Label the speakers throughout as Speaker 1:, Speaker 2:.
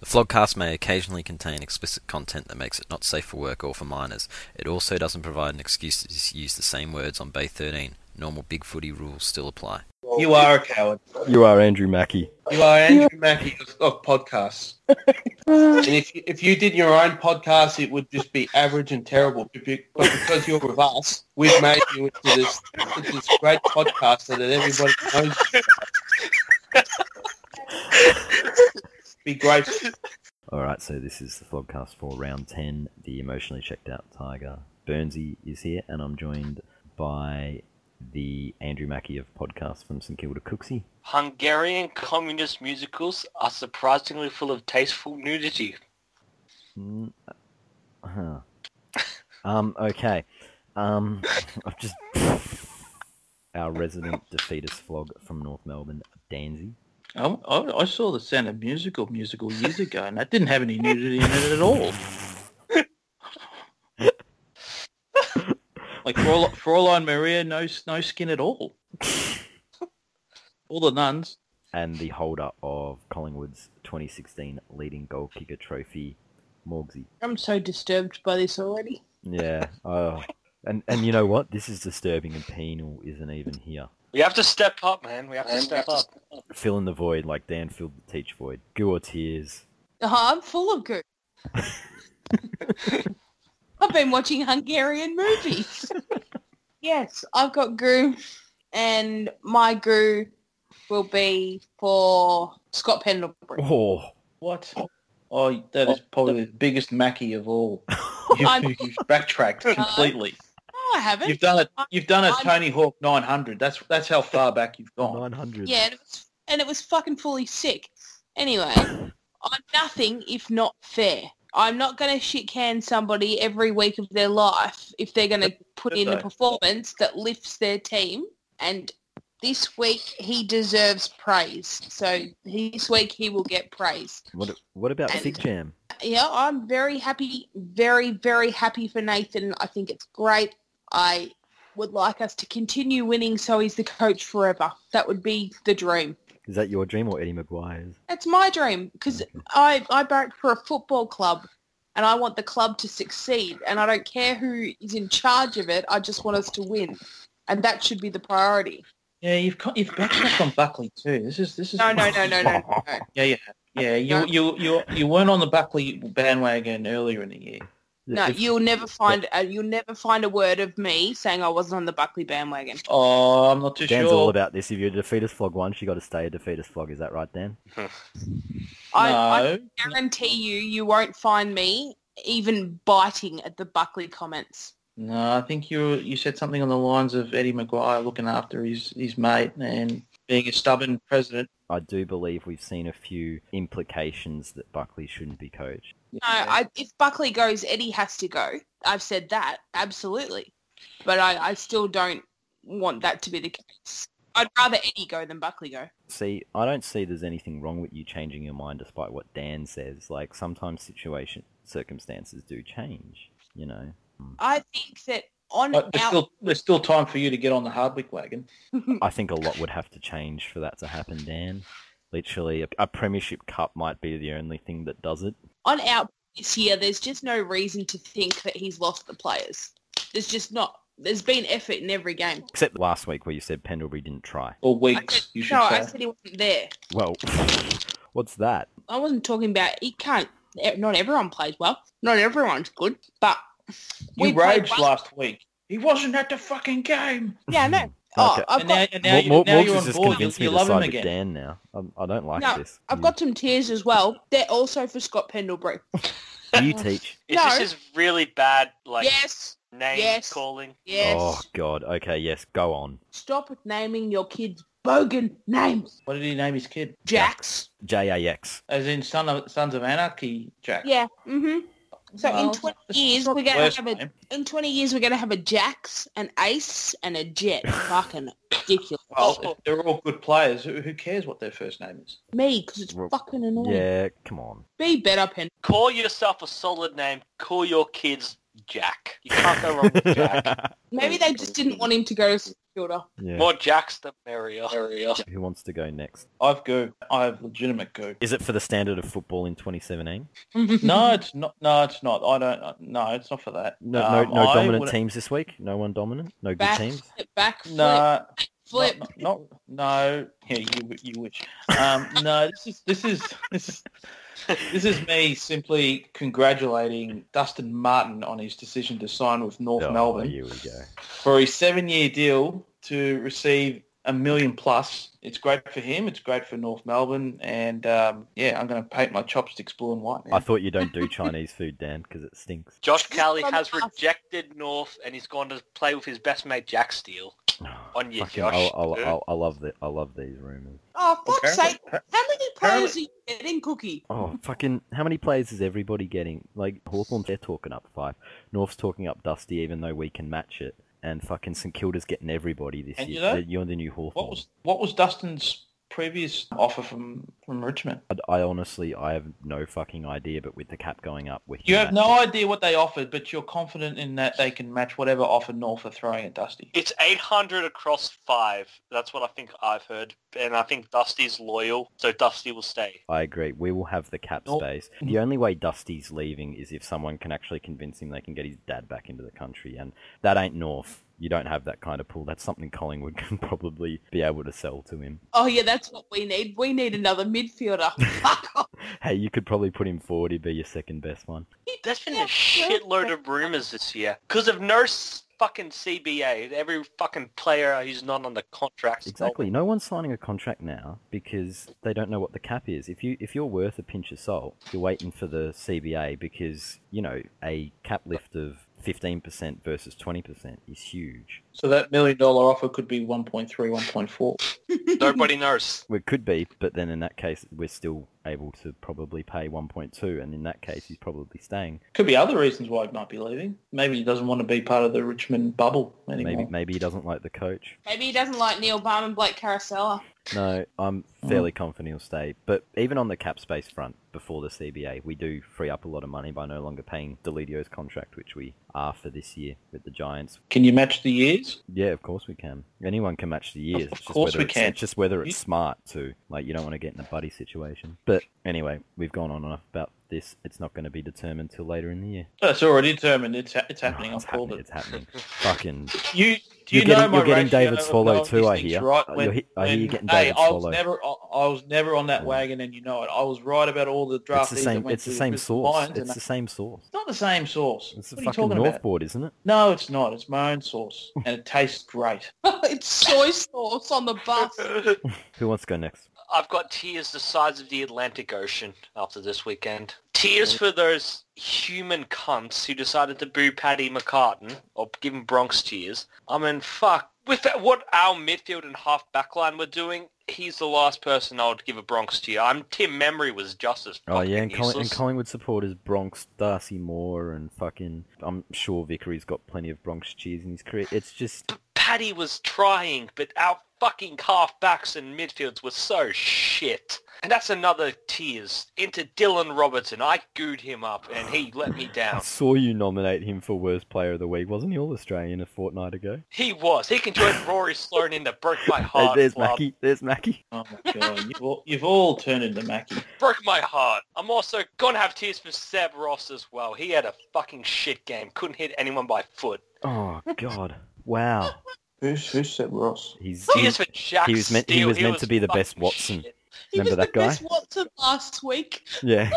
Speaker 1: The Flogcast may occasionally contain explicit content that makes it not safe for work or for minors. It also doesn't provide an excuse to use the same words on Bay 13. Normal Big Footy rules still apply.
Speaker 2: You are a coward.
Speaker 3: You are Andrew Mackey.
Speaker 2: You are Andrew Mackey of, of podcasts. and if you, if you did your own podcast, it would just be average and terrible. But be- but because you're with us, we've made you into this, into this great podcaster that everybody knows. you about. be grateful.
Speaker 3: All right, so this is the Flogcast for round 10. The emotionally checked out Tiger Burnsy is here, and I'm joined by the Andrew Mackey of podcasts from St Kilda Cooksey.
Speaker 4: Hungarian communist musicals are surprisingly full of tasteful nudity.
Speaker 3: Mm, huh. Um, okay. Um, I've just. Our resident defeatist flog from North Melbourne, Danzy.
Speaker 5: I, I, I saw the Sound of Musical musical years ago, and that didn't have any nudity in it at all. like Frau- Fraulein Maria, no no skin at all. all the nuns.
Speaker 3: and the holder of Collingwood's 2016 leading goal kicker trophy, Morgsy.
Speaker 6: I'm so disturbed by this already.
Speaker 3: Yeah. Oh. And and you know what? This is disturbing, and penal isn't even here.
Speaker 4: We have to step up, man. We have to step up.
Speaker 3: Fill in the void like Dan filled the teach void. Goo or tears.
Speaker 6: Oh, I'm full of goo. I've been watching Hungarian movies. yes, I've got goo, and my goo will be for Scott Pendlebury.
Speaker 3: Oh.
Speaker 5: What? Oh, that is probably the biggest Mackie of all. You've,
Speaker 6: I'm-
Speaker 5: you've backtracked completely.
Speaker 6: No, I haven't.
Speaker 5: You've done it.
Speaker 6: I'm-
Speaker 5: You've done a
Speaker 6: I'm-
Speaker 5: Tony Hawk 900. That's that's how far back you've gone.
Speaker 3: 900.
Speaker 6: Yeah, and it was, and it was fucking fully sick. Anyway, I'm nothing if not fair. I'm not going to shit can somebody every week of their life if they're going to put in a
Speaker 5: Good
Speaker 6: performance that lifts their team. And this week he deserves praise. So this week he will get praise.
Speaker 3: What, what about
Speaker 6: And-
Speaker 3: Fig Jam?
Speaker 6: Yeah, I'm very happy, very, very happy for Nathan. I think it's great. I would like us to continue winning so he's the coach forever. That would be the dream.
Speaker 3: Is that your dream or Eddie McGuire's?
Speaker 6: That's my dream because
Speaker 5: Mm-hmm.
Speaker 6: I, I barrack for a football club and I want the club to succeed and I don't care who is in charge of it. I just want us to win. And that should be the priority.
Speaker 5: Yeah, you've co- you've backtracked on Buckley too. This is this is
Speaker 6: No, no, no, no, no, no, no.
Speaker 5: Yeah, yeah, yeah. You
Speaker 6: No.
Speaker 5: you you you weren't on the Buckley bandwagon earlier in the year.
Speaker 6: No,
Speaker 3: If-
Speaker 6: you'll never find uh, you'll never find a word of me saying I wasn't on the Buckley bandwagon.
Speaker 5: Oh, I'm not too
Speaker 3: Dan's
Speaker 5: sure.
Speaker 3: all about this. If you're a defeatist flog once, you got to stay a defeatist flog. Is that right, Dan?
Speaker 6: I, I
Speaker 5: no,
Speaker 6: guarantee you, you won't find me even biting at the Buckley comments.
Speaker 5: no. I think you you said something on the lines of Eddie Maguire looking after his his mate and being a stubborn president.
Speaker 3: I do believe we've seen a few implications that Buckley shouldn't be coached.
Speaker 6: No, I, if Buckley goes, Eddie has to go. I've said that absolutely, but I, I still don't want that to be the case. I'd rather Eddie go than Buckley go.
Speaker 3: See, I don't see there's anything wrong with you changing your mind despite what Dan says. Like, sometimes situation circumstances do change, you know.
Speaker 6: I think that on
Speaker 5: But there's
Speaker 6: our
Speaker 5: still there's still time for you to get on the Hardwick wagon.
Speaker 3: I think a lot would have to change for that to happen, Dan. Literally, a, a premiership cup might be the only thing that does it.
Speaker 6: on our this year, there's just no reason to think that he's lost the players. There's just not. There's been effort in every game.
Speaker 3: Except last week where you said Pendlebury didn't try.
Speaker 5: Or
Speaker 6: I said,
Speaker 5: weeks, you should
Speaker 6: no,
Speaker 5: say.
Speaker 6: I said he wasn't there.
Speaker 3: Well, what's that?
Speaker 6: I wasn't talking about he can't. e- Not everyone plays well. Not everyone's good. But
Speaker 5: you
Speaker 6: played
Speaker 5: raged
Speaker 6: well.
Speaker 5: last week. He wasn't at the fucking game.
Speaker 6: Yeah, no. Oh,
Speaker 3: Okay.
Speaker 6: I've
Speaker 5: And
Speaker 6: got
Speaker 5: now, and now, you,
Speaker 3: Mor-
Speaker 5: now
Speaker 3: Morgs
Speaker 5: you're
Speaker 3: has
Speaker 5: on
Speaker 3: just
Speaker 5: board. You,
Speaker 3: convinced
Speaker 5: you
Speaker 3: me to
Speaker 5: love him
Speaker 3: side with
Speaker 5: again.
Speaker 3: Dan now. I'm, I don't like
Speaker 6: No,
Speaker 3: this.
Speaker 6: I've
Speaker 4: Mm.
Speaker 6: got some tears as well. They're also for Scott Pendlebury.
Speaker 3: Do you teach?
Speaker 4: Is
Speaker 6: No.
Speaker 4: this his really bad, like,
Speaker 6: yes,
Speaker 4: name
Speaker 6: Yes.
Speaker 4: calling?
Speaker 6: yes.
Speaker 3: Oh God. Okay. Yes. Go on.
Speaker 6: Stop naming your kids bogan names.
Speaker 5: What did he name his kid?
Speaker 6: Jax.
Speaker 3: J A X.
Speaker 5: As in Son of, Sons of Anarchy, Jack.
Speaker 6: Yeah. Mhm. So
Speaker 5: Well,
Speaker 6: in twenty
Speaker 5: it's
Speaker 6: years
Speaker 5: not
Speaker 6: we're
Speaker 5: the
Speaker 6: gonna
Speaker 5: worst
Speaker 6: have a
Speaker 5: name.
Speaker 6: in twenty years we're gonna have a Jax, an Ace, and a Jet. Fucking ridiculous.
Speaker 5: Well, they're all good players. Who, who cares what their first name is?
Speaker 6: Me, because it's
Speaker 3: Well,
Speaker 6: fucking annoying.
Speaker 3: Yeah. Come on.
Speaker 6: Be better, Pen.
Speaker 4: Call yourself a solid name. Call your kids Jack. You can't go wrong with Jack.
Speaker 6: Maybe they just didn't want him to go to Kilda.
Speaker 3: Yeah.
Speaker 4: More jacks the merrier. merrier.
Speaker 3: Who wants to go next?
Speaker 5: I've goo. I have legitimate goo.
Speaker 3: Is it for the standard of football in 2017?
Speaker 5: No, it's not. No, it's not. I don't. No, it's not for that.
Speaker 3: No,
Speaker 5: Um,
Speaker 3: no, no
Speaker 5: I
Speaker 3: dominant
Speaker 5: would-
Speaker 3: teams this week. No one dominant. No good
Speaker 6: Back,
Speaker 3: teams.
Speaker 6: back flip,
Speaker 5: No,
Speaker 6: flip.
Speaker 5: Not, not, no. Yeah, you you wish. Um, no, this is this is this is this is me simply congratulating Dustin Martin on his decision to sign with North
Speaker 3: Oh,
Speaker 5: Melbourne
Speaker 3: Here we go.
Speaker 5: for a seven-year deal to receive a million plus. It's great for him. It's great for North Melbourne, and um, yeah, I'm going to paint my chopsticks blue and white now.
Speaker 3: I thought you don't do Chinese food, Dan, because it stinks.
Speaker 4: Josh Kelly
Speaker 6: From
Speaker 4: has
Speaker 6: us.
Speaker 4: rejected North and he's gone to play with his best mate Jack Steele. On you,
Speaker 3: Fucking-
Speaker 4: Josh.
Speaker 3: I'll- I'll- I'll- I love the I love these rumors.
Speaker 6: Oh, fuck's
Speaker 2: Apparently-
Speaker 6: sake. How many players are you getting, Cookie?
Speaker 3: Oh, fucking! How many players is everybody getting? Like Hawthorn, they're talking up five. North's talking up Dusty, even though we can match it. And fucking St Kilda's getting everybody this
Speaker 5: And
Speaker 3: year.
Speaker 5: you know-
Speaker 3: They're- You're the new
Speaker 5: What
Speaker 3: Hawthorn.
Speaker 5: was what was Dustin's previous offer from from Richmond?
Speaker 3: I, I honestly, I have no fucking idea. But with the cap going up, we
Speaker 5: You
Speaker 3: can
Speaker 5: have
Speaker 3: match
Speaker 5: no
Speaker 3: it.
Speaker 5: idea what they offered, but you're confident in that they can match whatever offer North are throwing at Dusty.
Speaker 4: It's 800 across five. That's what I think I've heard. And I think Dusty's loyal, so Dusty will stay.
Speaker 3: I agree. We will have the cap
Speaker 5: Nope.
Speaker 3: space. The only way Dusty's leaving is if someone can actually convince him they can get his dad back into the country, and that ain't North. You don't have that kind of pull. That's something Collingwood can probably be able to sell to him.
Speaker 6: Oh, yeah, that's what we need. We need another midfielder. Fuck off.
Speaker 3: Hey, you could probably put him forward. He'd be your second best one.
Speaker 4: There's been a shitload of rumors this year because of no s- fucking CBA. Every fucking player who's not on the contract.
Speaker 3: Exactly. No one's signing a contract now because they don't know what the cap is. If you if you're worth a pinch of salt, you're waiting for the CBA because you know a cap lift of fifteen percent versus twenty percent is huge.
Speaker 5: So that million dollar offer could be 1.3, 1.4.
Speaker 4: Nobody knows.
Speaker 3: Well, It could be, but then in that case, we're still able to probably pay one point two, and in that case, he's probably staying.
Speaker 5: Could be other reasons why he might be leaving. Maybe he doesn't want to be part of the Richmond bubble anymore.
Speaker 3: Maybe maybe he doesn't like the coach.
Speaker 6: Maybe he doesn't like Neil Barman and Blake Carousella.
Speaker 3: No, I'm
Speaker 5: Mm-hmm.
Speaker 3: fairly confident he'll stay. But even on the cap space front, before the CBA, we do free up a lot of money by no longer paying Delidio's contract, which we are for this year with the Giants.
Speaker 5: Can you match the years?
Speaker 3: Yeah, of course we can. Anyone can match the years.
Speaker 5: of
Speaker 3: It's just
Speaker 5: course
Speaker 3: whether
Speaker 5: we
Speaker 3: it's-
Speaker 5: can.
Speaker 3: It's just whether
Speaker 5: You-
Speaker 3: it's smart to. Like, you don't want to get in a buddy situation. But anyway, we've gone on enough about this. It's not going to be determined till later in the year.
Speaker 5: That's already determined. It's ha- it's happening.
Speaker 3: Oh, it's
Speaker 5: I've called
Speaker 3: happening. It's happening. Fucking.
Speaker 5: it. You do
Speaker 3: You're
Speaker 5: you know
Speaker 3: getting-
Speaker 5: my
Speaker 3: you're getting
Speaker 5: ratio
Speaker 3: David
Speaker 5: of
Speaker 3: Swallow
Speaker 5: knowing
Speaker 3: too,
Speaker 5: these
Speaker 3: I
Speaker 5: things
Speaker 3: hear.
Speaker 5: Right
Speaker 3: uh, You're
Speaker 5: when,
Speaker 3: he- I hear you're
Speaker 5: when-
Speaker 3: getting
Speaker 5: hey,
Speaker 3: David
Speaker 5: I
Speaker 3: Swallow.
Speaker 5: was never I, I was never on that
Speaker 3: Yeah.
Speaker 5: wagon, and you know it. I was right about all the
Speaker 3: It's
Speaker 5: draft.
Speaker 3: the
Speaker 5: leads that
Speaker 3: same.
Speaker 5: went
Speaker 3: It's the
Speaker 5: to
Speaker 3: same
Speaker 5: Brisbane
Speaker 3: source.
Speaker 5: Lions, and
Speaker 3: It's the same source.
Speaker 5: It's not the same sauce.
Speaker 3: It's the
Speaker 5: what are you
Speaker 3: fucking
Speaker 5: talking
Speaker 3: North
Speaker 5: about?
Speaker 3: board, isn't it?
Speaker 5: No, it's not. It's my own sauce, and it tastes great.
Speaker 6: it's soy sauce on the bus.
Speaker 3: Who wants to go next?
Speaker 4: I've got tears the size of the Atlantic Ocean after this weekend. Tears for those human cunts who decided to boo Paddy McCartan or give him Bronx tears. I mean, fuck. With that, what our midfield and half back line were doing, he's the last person I would give a Bronx tear. I'm Tim Memory was just as
Speaker 3: Oh yeah,
Speaker 4: fucking
Speaker 3: and, Colli- and
Speaker 4: useless.
Speaker 3: Collingwood supporters Bronx Darcy Moore and fucking. I'm sure Vickery's got plenty of Bronx cheese in his career. It's just
Speaker 4: Paddy was trying, but our fucking half backs and midfields were so shit. And that's another tears into Dylan Robertson. I gooed him up, and he let me
Speaker 3: I
Speaker 4: down.
Speaker 3: saw you nominate him for worst player of the week. Wasn't he all Australian a fortnight ago?
Speaker 4: He was. He can join Rory Sloan in the Broke My
Speaker 3: Hey,
Speaker 4: Heart
Speaker 3: there's
Speaker 4: club.
Speaker 3: Mackie. There's Mackie.
Speaker 5: Oh my god, you've all, you've all turned into Mackie.
Speaker 4: Broke My Heart. I'm also going to have tears for Seb Ross as well. He had a fucking shit game. Couldn't hit anyone by foot.
Speaker 3: Oh god. Wow.
Speaker 5: Who's who's said Ross?
Speaker 3: He's.
Speaker 4: Tears for Jack
Speaker 3: he was meant- he
Speaker 4: Steele.
Speaker 3: was meant to be the best
Speaker 4: fucking
Speaker 3: Watson.
Speaker 4: shit.
Speaker 6: He
Speaker 3: Remember
Speaker 6: was
Speaker 3: that
Speaker 6: the
Speaker 3: guy?
Speaker 6: best Watson last week.
Speaker 3: yeah.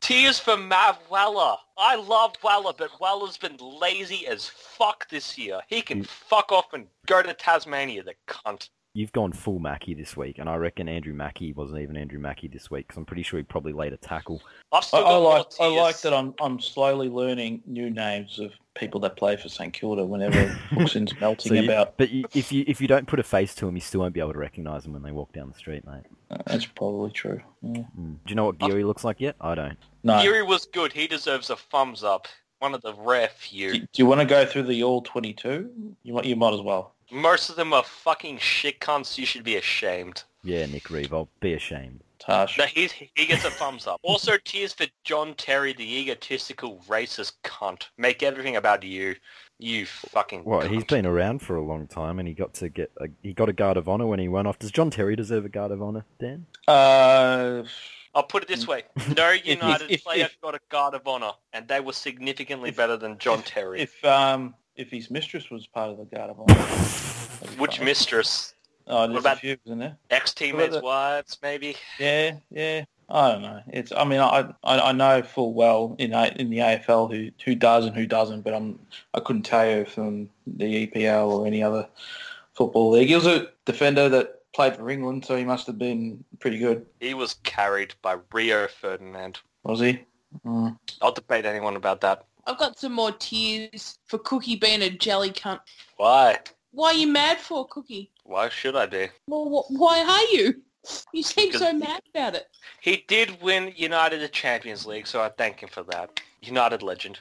Speaker 4: Tears for Matt Weller. I love Weller, but Weller's been lazy as fuck this year. He can
Speaker 5: Mm.
Speaker 4: fuck off and go to Tasmania, the cunt.
Speaker 3: You've gone full Mackie this week, and I reckon Andrew Mackie wasn't even Andrew Mackie this week because I'm pretty sure he probably laid a tackle.
Speaker 4: I've
Speaker 5: I,
Speaker 4: still
Speaker 5: I
Speaker 4: got more
Speaker 5: like I like
Speaker 4: tears.
Speaker 5: that I'm I'm slowly learning new names of people that play for St Kilda whenever Brookson's melting
Speaker 3: So you-
Speaker 5: about.
Speaker 3: But you, if you if you don't put a face to him, you still won't be able to recognise them when they walk down the street, mate.
Speaker 5: Uh, That's probably true. Yeah.
Speaker 3: Mm. Do you know what Beery looks like yet? I don't.
Speaker 5: No.
Speaker 4: Geary was good. He deserves a thumbs up. One of the rare few.
Speaker 5: Do, do you want to go through the all twenty two? You might you might as well.
Speaker 4: Most of them are fucking shit cunts. You should be ashamed.
Speaker 3: Yeah, Nick Reeve, I'll be ashamed.
Speaker 5: Harsh.
Speaker 4: No, he's, he gets a thumbs up. Also, tears for John Terry, the egotistical racist cunt. Make everything about you. You fucking.
Speaker 3: Well, he's
Speaker 4: cunt.
Speaker 3: been around for a long time, and he got to get a, he got a guard of honor when he went off. Does John Terry deserve a guard of honor, Dan?
Speaker 5: Uh,
Speaker 4: I'll put it this way: no United
Speaker 5: if-
Speaker 4: player
Speaker 5: if-
Speaker 4: got a guard of honor, and they were significantly better than John Terry.
Speaker 5: if um if his mistress was part of the guard of honor,
Speaker 4: Which mistress?
Speaker 5: Oh,
Speaker 4: what
Speaker 5: there's
Speaker 4: about-
Speaker 5: a few, isn't there?
Speaker 4: Ex-teammates'
Speaker 5: Well, the-
Speaker 4: wives, maybe.
Speaker 5: Yeah, yeah. I don't know. It's. I mean, I I, I know full well in A- in the AFL who who does and who doesn't, but I'm I couldn't tell you from the EPL or any other football league. He was a defender that played for England, so he must have been pretty good,
Speaker 4: He was carried by Rio Ferdinand.
Speaker 5: was he? Mm.
Speaker 4: I'll debate anyone about that.
Speaker 6: I've got some more tears for Cookie being a jelly cunt.
Speaker 4: Why?
Speaker 6: Why are you mad for, Cookie?
Speaker 4: Why should I be?
Speaker 6: Well, wh- why are you? You seem so
Speaker 4: Because-
Speaker 6: mad about it.
Speaker 4: He did win United the Champions League, so I thank him for that. United legend.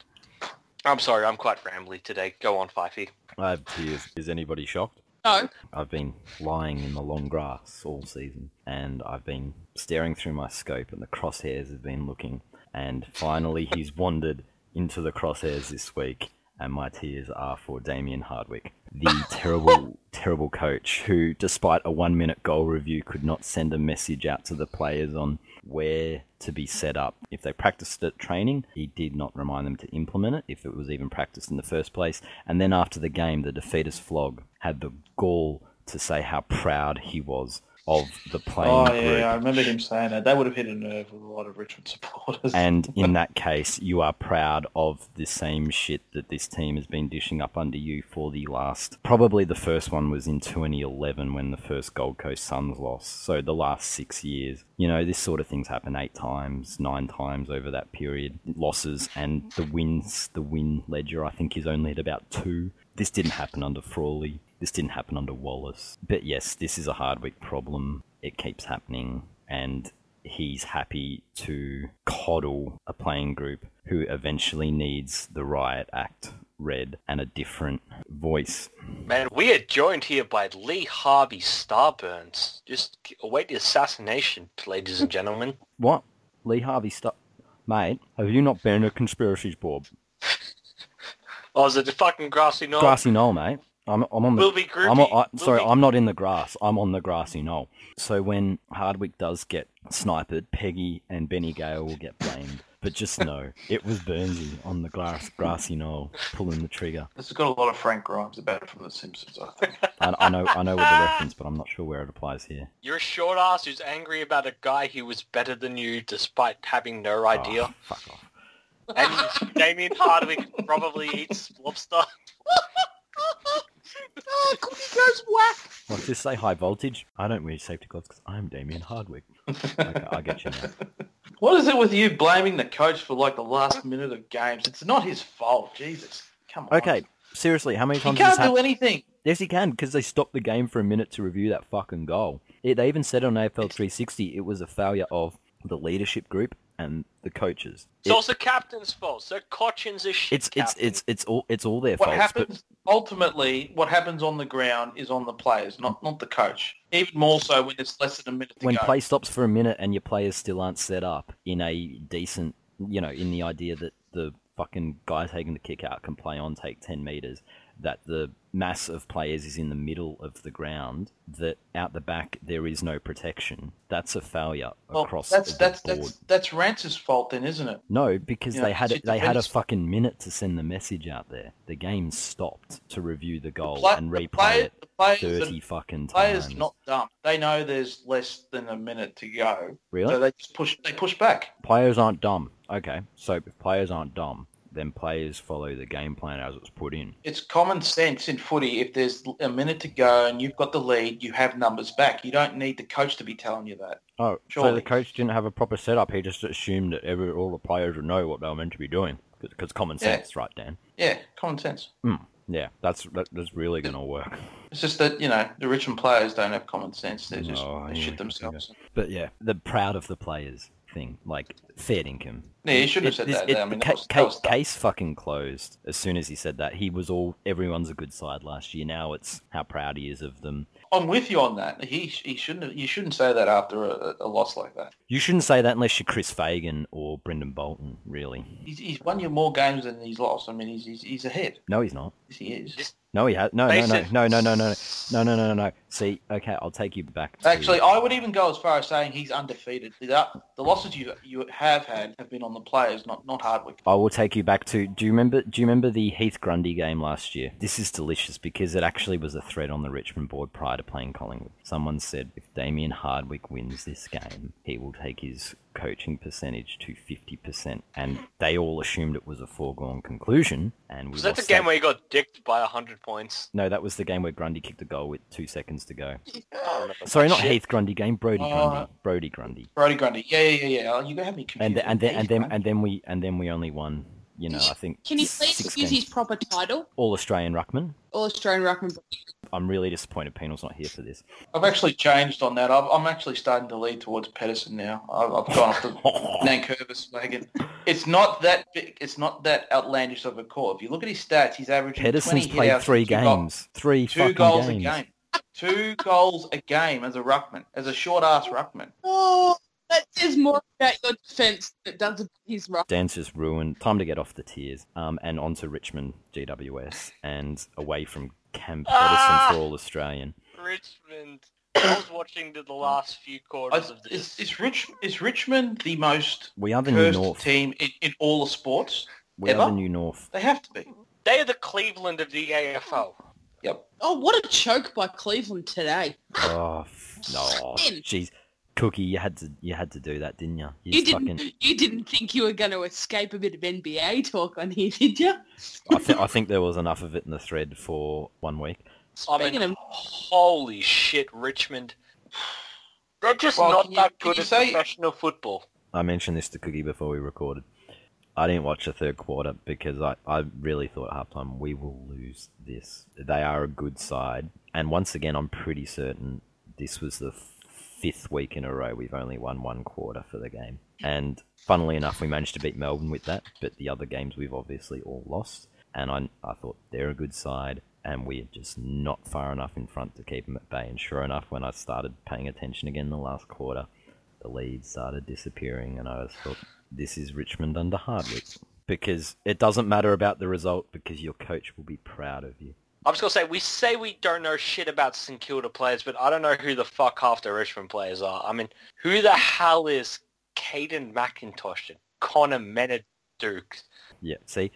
Speaker 4: I'm sorry, I'm quite rambly today. Go on, Fifey.
Speaker 3: I have tears. Uh, Is anybody shocked?
Speaker 6: No.
Speaker 3: I've been lying in the long grass all season, and I've been staring through my scope, and the crosshairs have been looking, and finally he's wandered into the crosshairs this week, and my tears are for Damien Hardwick, the terrible, terrible coach who, despite a one-minute goal review, could not send a message out to the players on where to be set up. If they practiced at training, he did not remind them to implement it, if it was even practiced in the first place. And then after the game, the defeatist flog had the gall to say how proud he was of the playing
Speaker 5: Oh
Speaker 3: group.
Speaker 5: yeah, I remember him saying that. That would have hit a nerve with a lot of Richmond supporters.
Speaker 3: And in that case, you are proud of the same shit that this team has been dishing up under you for the last. Probably the first one was in 2011 when the first Gold Coast Suns lost. So the last six years. You know, this sort of thing's happened eight times, nine times over that period. Losses and the wins, the win ledger, I think, is only at about two. This didn't happen under Frawley. This didn't happen under Wallace. But yes, this is a Hardwick problem. It keeps happening. And he's happy to coddle a playing group who eventually needs the riot act read and a different voice.
Speaker 4: Man, we are joined here by Lee Harvey Starburns. Just await the assassination, ladies and gentlemen.
Speaker 3: What? Lee Harvey stuff. Mate, have you not been to Conspiracies Board?
Speaker 4: Oh, is it the fucking grassy knoll?
Speaker 3: Grassy Knoll, mate. I'm, I'm on the.
Speaker 4: We'll be groupie.
Speaker 3: I'm, I,
Speaker 4: We'll
Speaker 3: sorry,
Speaker 4: be-
Speaker 3: I'm not in the grass. I'm on the grassy knoll. So when Hardwick does get sniped, Peggy and Benny Gale will get blamed. But just know, it was Burnsy on the grass, grassy knoll pulling the trigger.
Speaker 5: This has got a lot of Frank Grimes about it from The Simpsons. I think.
Speaker 3: I, I know, I know what the reference, but I'm not sure where it applies here.
Speaker 4: You're a short ass who's angry about a guy who was better than you despite having no
Speaker 3: Oh,
Speaker 4: idea.
Speaker 3: fuck off. Ah.
Speaker 4: And Damien Hardwick probably eats lobster.
Speaker 6: Oh, Cookie goes whack.
Speaker 3: Like, just say high voltage. I don't wear safety gloves because I'm Damien Hardwick. okay, I get you now.
Speaker 5: What is it with you blaming the coach for like the last minute of games? It's not his fault. Jesus, come on.
Speaker 3: Okay, seriously, how many
Speaker 5: he
Speaker 3: times has
Speaker 5: can't
Speaker 3: this happened?
Speaker 5: do anything.
Speaker 3: Yes, he can because they stopped the game for a minute to review that fucking goal. It, they even said on AFL 360 it was a failure of the leadership group and the coaches.
Speaker 4: It's
Speaker 3: It-
Speaker 4: also captain's fault. So Cochin's a shit
Speaker 3: it's it's
Speaker 4: captain.
Speaker 3: it's it's all it's all their
Speaker 5: What
Speaker 3: faults.
Speaker 5: happens ultimately? What happens on the ground is on the players, not not the coach. Even more so when it's less than a minute
Speaker 3: But
Speaker 5: to
Speaker 3: when
Speaker 5: go.
Speaker 3: play stops for a minute and your players still aren't set up in a decent, you know, in the idea that the fucking guy taking the kick out can play on take 10 meters, that the mass of players is in the middle of the ground, that out the back there is no protection. That's a failure
Speaker 5: well,
Speaker 3: across
Speaker 5: that's
Speaker 3: the
Speaker 5: that's
Speaker 3: board.
Speaker 5: that's that's Rance's fault then, isn't it?
Speaker 3: No, because
Speaker 5: Yeah,
Speaker 3: they had
Speaker 5: it's
Speaker 3: they had a
Speaker 5: defense.
Speaker 3: fucking minute to send the message out there. The game stopped to review the goal
Speaker 5: Pla-
Speaker 3: and
Speaker 5: the
Speaker 3: replay
Speaker 5: player-
Speaker 3: it
Speaker 5: the players are-
Speaker 3: thirty fucking
Speaker 5: Players
Speaker 3: times.
Speaker 5: not dumb. They know there's less than a minute to go,
Speaker 3: really,
Speaker 5: so they just push. They push back.
Speaker 3: players aren't dumb. Okay, so if players aren't dumb, then players follow the game plan as it's put in.
Speaker 5: It's common sense in footy. If there's a minute to go and you've got the lead, you have numbers back. You don't need the coach to be telling you that.
Speaker 3: Oh, so
Speaker 5: Surely.
Speaker 3: the coach didn't have a proper setup. He just assumed that every all the players would know what they were meant to be doing because common
Speaker 5: Yeah.
Speaker 3: sense, right, Dan?
Speaker 5: Yeah, common sense.
Speaker 3: Yeah, that's that, that's really gonna work.
Speaker 5: It's just that you know the Richmond players don't have common sense. They're just
Speaker 3: No, I
Speaker 5: they
Speaker 3: know.
Speaker 5: shit themselves.
Speaker 3: But yeah, the proud of the players. thing, like fair income.
Speaker 5: Yeah, you shouldn't
Speaker 3: It-
Speaker 5: have said
Speaker 3: this-
Speaker 5: that.
Speaker 3: it-
Speaker 5: I mean,
Speaker 3: the
Speaker 5: that
Speaker 3: ca-
Speaker 5: was- that
Speaker 3: ca-
Speaker 5: was tough.
Speaker 3: case fucking closed as soon as he said that. He was all everyone's a good side last year. Now it's how proud he is of them.
Speaker 5: I'm with you on that. He he shouldn't have- you shouldn't say that after a, a loss like that.
Speaker 3: You shouldn't say that unless you're Chris Fagan or Brendan Bolton, really.
Speaker 5: He's, he's won you more games than he's lost. I mean, he's he's, he's ahead.
Speaker 3: No, he's not.
Speaker 5: Yes, he is.
Speaker 3: No, he has. No, no, no,
Speaker 4: Basic-
Speaker 3: no, no, no, no, no, no, no, no, no. See, okay, I'll take you back. To,
Speaker 5: Actually, I would even go as far as saying he's undefeated. The, the losses you you have had have been on the players, not not Hardwick.
Speaker 3: I will take you back to. Do you remember? Do you remember the Heath Grundy game last year? This is delicious because it actually was a thread on the Richmond board prior to playing Collingwood. Someone said if Damien Hardwick wins this game, he will take his coaching percentage to fifty percent, and they all assumed it was a foregone conclusion. And we
Speaker 4: Was that the
Speaker 3: lost
Speaker 4: game where you got dicked by 100 points?
Speaker 3: No, that was the game where Grundy kicked a goal with two seconds to go.
Speaker 4: I don't remember
Speaker 3: Sorry,
Speaker 4: that
Speaker 3: not
Speaker 4: shit.
Speaker 3: Heath Grundy game. Brody
Speaker 5: Oh.
Speaker 3: Grundy. Brody Grundy.
Speaker 5: Brody Grundy. Yeah, yeah, yeah, yeah. You have me confused.
Speaker 3: And the, and then and then
Speaker 5: He's-
Speaker 3: and then we and then we only won. You know, I think.
Speaker 6: Can you please
Speaker 3: six
Speaker 6: use
Speaker 3: games.
Speaker 6: his proper title?
Speaker 3: All Australian ruckman?
Speaker 6: All Australian Ruckman.
Speaker 3: I'm really disappointed Penal's not here for this.
Speaker 5: I've actually changed on that. I've, I'm actually starting to lead towards Pedersen now. I've, I've gone off the Nankervis wagon. It's not that big. It's not that outlandish of a call. If you look at his stats, he's averaging
Speaker 3: Pedersen's
Speaker 5: 20 hit
Speaker 3: played
Speaker 5: outs,
Speaker 3: three
Speaker 5: two goals-
Speaker 3: games. Three
Speaker 5: two
Speaker 3: fucking
Speaker 5: goals
Speaker 3: games.
Speaker 5: a game. Two goals a game as a ruckman, as a short ass ruckman.
Speaker 6: Oh, that says more about your defence than it does about his ruck.
Speaker 3: Dan's just ruined. Time to get off the tears. Um, and on to Richmond GWS and away from Cam Pedersen
Speaker 4: Ah!
Speaker 3: for all Australian.
Speaker 4: Richmond. I was watching the, the last few
Speaker 5: I,
Speaker 4: quarters of
Speaker 5: is,
Speaker 4: this.
Speaker 5: is, Rich, is Richmond the most
Speaker 3: We are the new
Speaker 5: cursed
Speaker 3: North.
Speaker 5: team in, in all the sports?
Speaker 3: We are
Speaker 5: ever?
Speaker 3: the new North.
Speaker 5: They have to be.
Speaker 4: They are the Cleveland of the AFL.
Speaker 6: Oh, what a choke by Cleveland today.
Speaker 3: Oh f- no,
Speaker 6: Sin.
Speaker 3: jeez, Cookie, you had to you had to do that, didn't you?
Speaker 6: You
Speaker 3: just
Speaker 6: didn't you didn't think you were going to escape a bit of NBA talk on here, did you?
Speaker 3: I, th- I think there was enough of it in the thread for one week.
Speaker 4: I
Speaker 6: Speaking
Speaker 4: mean,
Speaker 6: of-
Speaker 4: holy shit, Richmond. They're just
Speaker 5: Well,
Speaker 4: not
Speaker 5: can you-
Speaker 4: that
Speaker 5: can
Speaker 4: good
Speaker 5: you
Speaker 4: at
Speaker 5: say-
Speaker 4: professional football.
Speaker 3: I mentioned this to Cookie before we recorded. I didn't watch the third quarter because I, I really thought at halftime we will lose this. They are a good side. And once again, I'm pretty certain this was the f- fifth week in a row we've only won one quarter for the game. And funnily enough, we managed to beat Melbourne with that, but the other games we've obviously all lost. And I, I thought they're a good side and we're just not far enough in front to keep them at bay. And sure enough, when I started paying attention again in the last quarter, the lead started disappearing, and I was thought, this is Richmond under Hardwick. Because it doesn't matter about the result, because your coach will be proud of you.
Speaker 4: I'm just going to say, we say we don't know shit about St Kilda players, but I don't know who the fuck half the Richmond players are. I mean, who the hell is Caden McIntosh and Connor Meneduke?
Speaker 3: Yeah, see,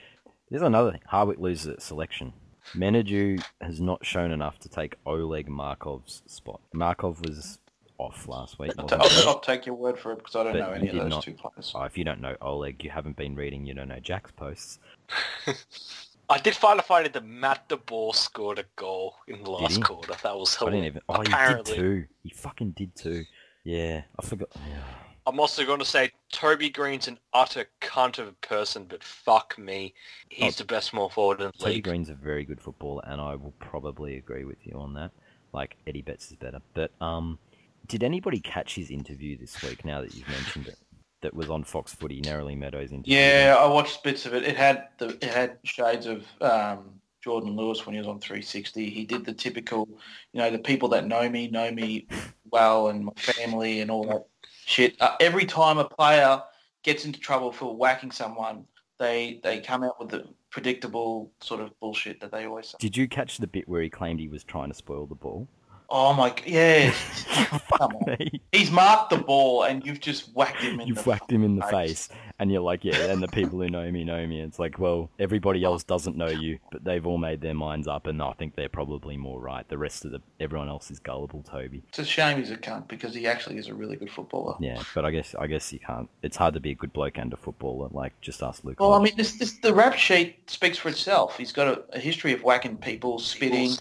Speaker 3: there's another thing. Hardwick loses at selection. Menadue has not shown enough to take Oleg Markov's spot. Markov was off last week.
Speaker 5: I'll,
Speaker 3: wasn't he?
Speaker 5: I'll take your word for it because I don't
Speaker 3: But
Speaker 5: know any
Speaker 3: you
Speaker 5: of
Speaker 3: did
Speaker 5: those
Speaker 3: not.
Speaker 5: two players.
Speaker 3: Oh, if you don't know Oleg, you haven't been reading, you don't know Jack's posts.
Speaker 4: I did finally find it that Matt DeBoer scored a goal in the
Speaker 3: he?
Speaker 4: last quarter. That was
Speaker 3: I
Speaker 4: hilarious.
Speaker 3: didn't even. Oh,
Speaker 4: Apparently.
Speaker 3: he did too. He fucking did too. Yeah, I forgot.
Speaker 4: I'm also going to say Toby Green's an utter cunt of a person, but fuck me. He's
Speaker 3: Oh.
Speaker 4: the best small forward in the
Speaker 3: Toby
Speaker 4: league.
Speaker 3: Green's a very good footballer, and I will probably agree with you on that. Like Eddie Betts is better, but um, did anybody catch his interview this week? Now that you've mentioned it, that was on Fox Footy. Narrowly Meadows interview.
Speaker 5: Yeah, I watched bits of it. It had the it had shades of um, Jordan Lewis when he was on 360. He did the typical, you know, the people that know me know me well, and my family and all that shit. Uh, every time a player gets into trouble for whacking someone, they they come out with the predictable sort of bullshit that they always say.
Speaker 3: Did you catch the bit where he claimed he was trying to spoil the ball?
Speaker 5: Oh my, g- yeah,
Speaker 3: Fuck
Speaker 5: on.
Speaker 3: me!
Speaker 5: he's marked the ball, and you've just whacked him. In
Speaker 3: You've
Speaker 5: the
Speaker 3: whacked him in the
Speaker 5: face.
Speaker 3: face, and you're like, yeah. And the people who know me know me. It's like, well, everybody else doesn't know you, but they've all made their minds up, and I think they're probably more right. The rest of the everyone else is gullible, Toby.
Speaker 5: It's a shame he's a cunt because he actually is a really good footballer.
Speaker 3: Yeah, but I guess I guess you can't. It's hard to be a good bloke and a footballer. Like just ask Luke.
Speaker 5: Well, I
Speaker 3: Hodge.
Speaker 5: mean, this, this, the rap sheet speaks for itself. He's got a, a history of whacking people, spitting,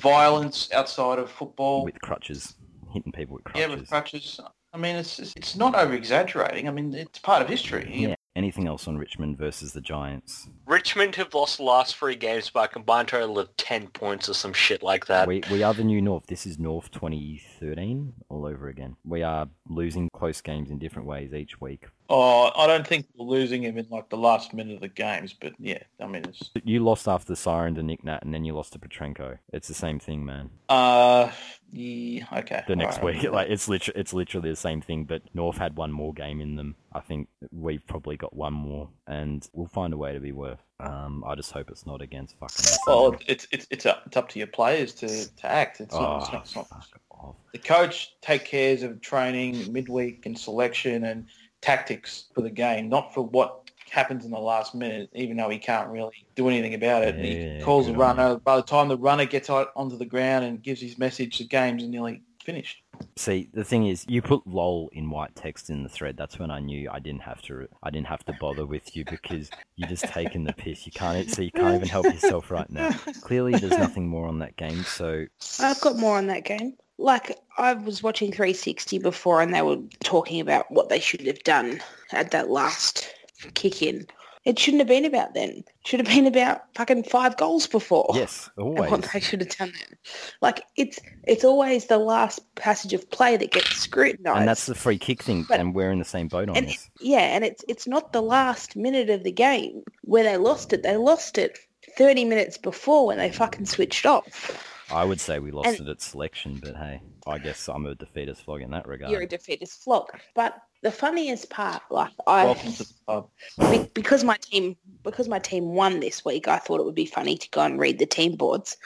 Speaker 5: violence outside of football.
Speaker 3: with crutches, hitting people with
Speaker 5: yeah,
Speaker 3: crutches.
Speaker 5: with crutches. I mean, it's it's, it's not over exaggerating. I mean, it's part of history.
Speaker 3: Yeah. Anything else on Richmond versus the Giants?
Speaker 4: Richmond have lost the last three games by a combined total of 10 points or some shit like that.
Speaker 3: we, we are the new North. This is North 2013 all over again. We are losing close games in different ways each week.
Speaker 5: Oh, I don't think we're losing him in like the last minute of the games, but yeah, I mean it's
Speaker 3: You lost after the siren to Nick Nat, and then you lost to Petrenko. It's the same thing, man.
Speaker 5: uh yeah, okay.
Speaker 3: The next
Speaker 5: all right.
Speaker 3: week, like it's literally it's literally the same thing. But North had one more game in them. I think we've probably got one more, and we'll find a way to be worse. Um, I just hope it's not against fucking.
Speaker 5: Well,
Speaker 3: Essendon.
Speaker 5: it's it's it's up, it's up to your players to, to act. It's not, it's
Speaker 3: Oh,
Speaker 5: not, it's not
Speaker 3: fuck off.
Speaker 5: the coach take cares of training midweek and selection and tactics for the game, not for what happens in the last minute, even though he can't really do anything about it.
Speaker 3: Yeah,
Speaker 5: he calls the
Speaker 3: good on
Speaker 5: runner. By the time the runner gets out onto the ground and gives his message, the game's nearly finished.
Speaker 3: See, the thing is, you put "lol" in white text in the thread. That's when I knew I didn't have to. I didn't have to bother with you because you just taking the piss. You can't. So you can't even help yourself right now. Clearly, there's nothing more on that game. So
Speaker 7: I've got more on that game. Like I was watching 360 before, and they were talking about what they should have done at that last kick in. It shouldn't have been about then. It should have been about fucking five goals before.
Speaker 5: Oh,
Speaker 3: yes,
Speaker 7: And
Speaker 3: always.
Speaker 7: what they should have done then. Like it's it's always the last passage of play that gets scrutinised.
Speaker 3: And that's the free kick thing,
Speaker 7: But-
Speaker 3: and we're in the same boat on
Speaker 7: And
Speaker 3: this.
Speaker 7: yeah, and it's it's not the last minute of the game where they lost it. They lost it 30 minutes before when they fucking switched off.
Speaker 3: I would say we lost
Speaker 7: and-
Speaker 3: it at selection, but hey, I guess I'm a defeatist flog in that regard.
Speaker 7: You're a defeatist flog. But the funniest part, like I
Speaker 5: Welcome to the club.
Speaker 7: be- because my team because my team won this week, I thought it would be funny to go and read the team boards.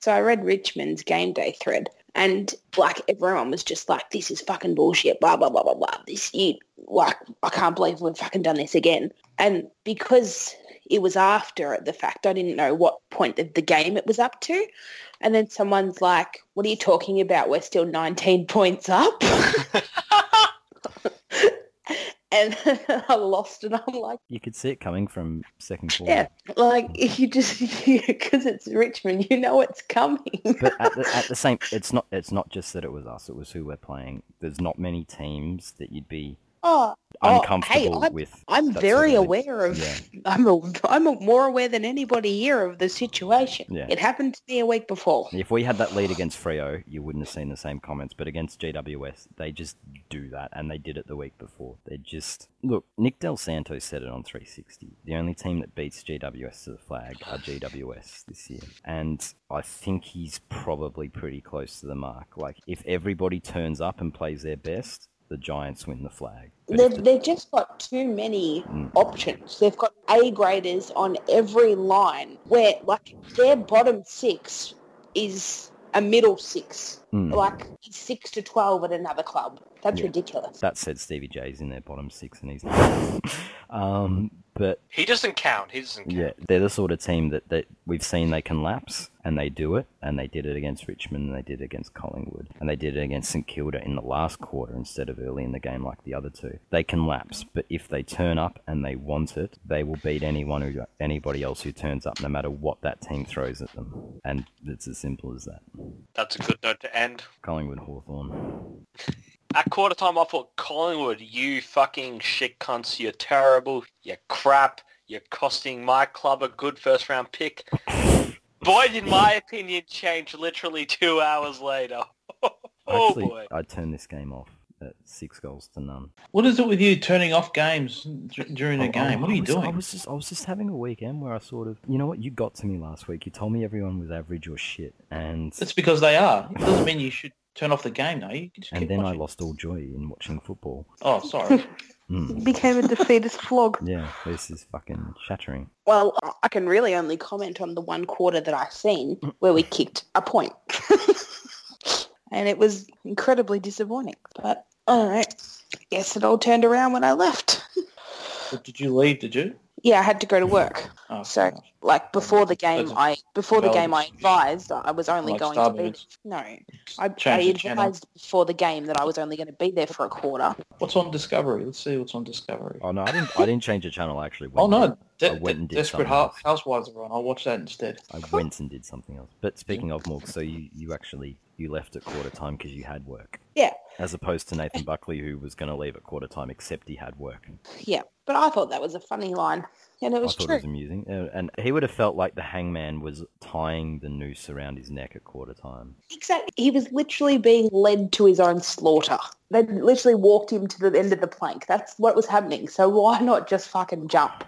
Speaker 7: So I read Richmond's game day thread, and like everyone was just like, "This is fucking bullshit." Blah blah blah blah blah. This you like, I can't believe we've fucking done this again. And because it was after the fact, I didn't know what point of the game it was up to. And then someone's like, "What are you talking about? We're still 19 points up." and I lost, and I'm like.
Speaker 3: You could see it coming from second quarter.
Speaker 7: Yeah, like if you just because it's Richmond, you know it's coming.
Speaker 3: but at the, at the same, it's not it's not just that it was us; it was who we're playing. There's not many teams that you'd be
Speaker 7: Oh, Oh, hey,
Speaker 3: uncomfortable
Speaker 7: I'm-
Speaker 3: with.
Speaker 7: I'm
Speaker 3: that
Speaker 7: very
Speaker 3: sort
Speaker 7: aware of.
Speaker 3: Yeah.
Speaker 7: I'm a, I'm a more aware than anybody here of the situation.
Speaker 3: Yeah.
Speaker 7: It happened to me a week before.
Speaker 3: If we had that lead against Freo, you wouldn't have seen the same comments. But against GWS, they just do that, and they did it the week before. They just look. Nick Del Santo said it on 360. The only team that beats GWS to the flag are GWS this year, and I think he's probably pretty close to the mark. Like if everybody turns up and plays their best, the Giants win the flag. But if
Speaker 7: They've, they've just got too many
Speaker 3: Mm.
Speaker 7: options. They've got A graders on every line where like their bottom six is a middle six,
Speaker 3: Mm.
Speaker 7: like six to 12 at another club. That's
Speaker 3: Yeah.
Speaker 7: ridiculous.
Speaker 3: That said, Stevie J's in their bottom six, and he's not. um, but
Speaker 4: He doesn't count. He doesn't count.
Speaker 3: yeah, they're the sort of team that, that we've seen they can lapse, and they do it, and they did it against Richmond, and they did it against Collingwood, and they did it against St Kilda in the last quarter instead of early in the game like the other two. They can lapse, but if they turn up and they want it, they will beat anyone who anybody else who turns up, no matter what that team throws at them, and it's as simple as that.
Speaker 4: That's a good note to end.
Speaker 3: Collingwood Hawthorn.
Speaker 4: At quarter time, I thought, Collingwood, you fucking shit cunts, you're terrible, you're crap, you're costing my club a good first round pick. boy, did my opinion change literally two hours later. oh
Speaker 3: Actually,
Speaker 4: boy.
Speaker 3: I turned this game off at six goals to none.
Speaker 5: What is it with you turning off games d- during a
Speaker 3: Oh,
Speaker 5: game?
Speaker 3: oh,
Speaker 5: What are
Speaker 3: I
Speaker 5: you
Speaker 3: was- I
Speaker 5: doing?
Speaker 3: was just I was just having a weekend where I sort of you know what you got to me last week. You told me everyone was average or shit, and
Speaker 5: It's because they are. It doesn't mean you should turn off the game, though. You can just
Speaker 3: and
Speaker 5: keep
Speaker 3: then I
Speaker 5: watching.
Speaker 3: lost all joy in watching football.
Speaker 5: Oh, sorry.
Speaker 3: Mm.
Speaker 7: Became a defeatist flog.
Speaker 3: Yeah, this is fucking shattering.
Speaker 7: Well, I- I can really only comment on the one quarter that I've seen where we kicked a point. and it was incredibly disappointing. But all right. Guess it all turned around when I left.
Speaker 5: But did you leave? Did you?
Speaker 7: Yeah, I had to go to work.
Speaker 5: Oh,
Speaker 7: So like before the game
Speaker 5: Those are
Speaker 7: I before the
Speaker 5: valid
Speaker 7: game I
Speaker 5: excuses.
Speaker 7: advised that I was only
Speaker 5: Like
Speaker 7: going to be
Speaker 5: Starbucks.
Speaker 7: no. I, I
Speaker 5: Change the channel.
Speaker 7: advised before the game that I was only going to be there for a quarter.
Speaker 5: What's on Discovery? Let's see what's on Discovery.
Speaker 3: Oh no, I didn't. I didn't change the channel. I actually went.
Speaker 5: Oh
Speaker 3: I
Speaker 5: no, De-
Speaker 3: went
Speaker 5: De-
Speaker 3: and did
Speaker 5: Desperate
Speaker 3: something
Speaker 5: Hou-
Speaker 3: else.
Speaker 5: Housewives are on. I'll watch that instead.
Speaker 3: I went and did something else. But speaking of Morg, so you you actually you left at quarter time because you had work.
Speaker 7: Yeah.
Speaker 3: as opposed to Nathan Buckley, who was going to leave at quarter time, except he had work.
Speaker 7: Yeah, but I thought that was a funny line, and it
Speaker 3: I
Speaker 7: was
Speaker 3: thought
Speaker 7: true.
Speaker 3: it was amusing, Uh, and he would have felt like the hangman was tying the noose around his neck at quarter time.
Speaker 7: Exactly. He was literally being led to his own slaughter. They literally walked him to the end of the plank. That's what was happening. So why not just fucking jump?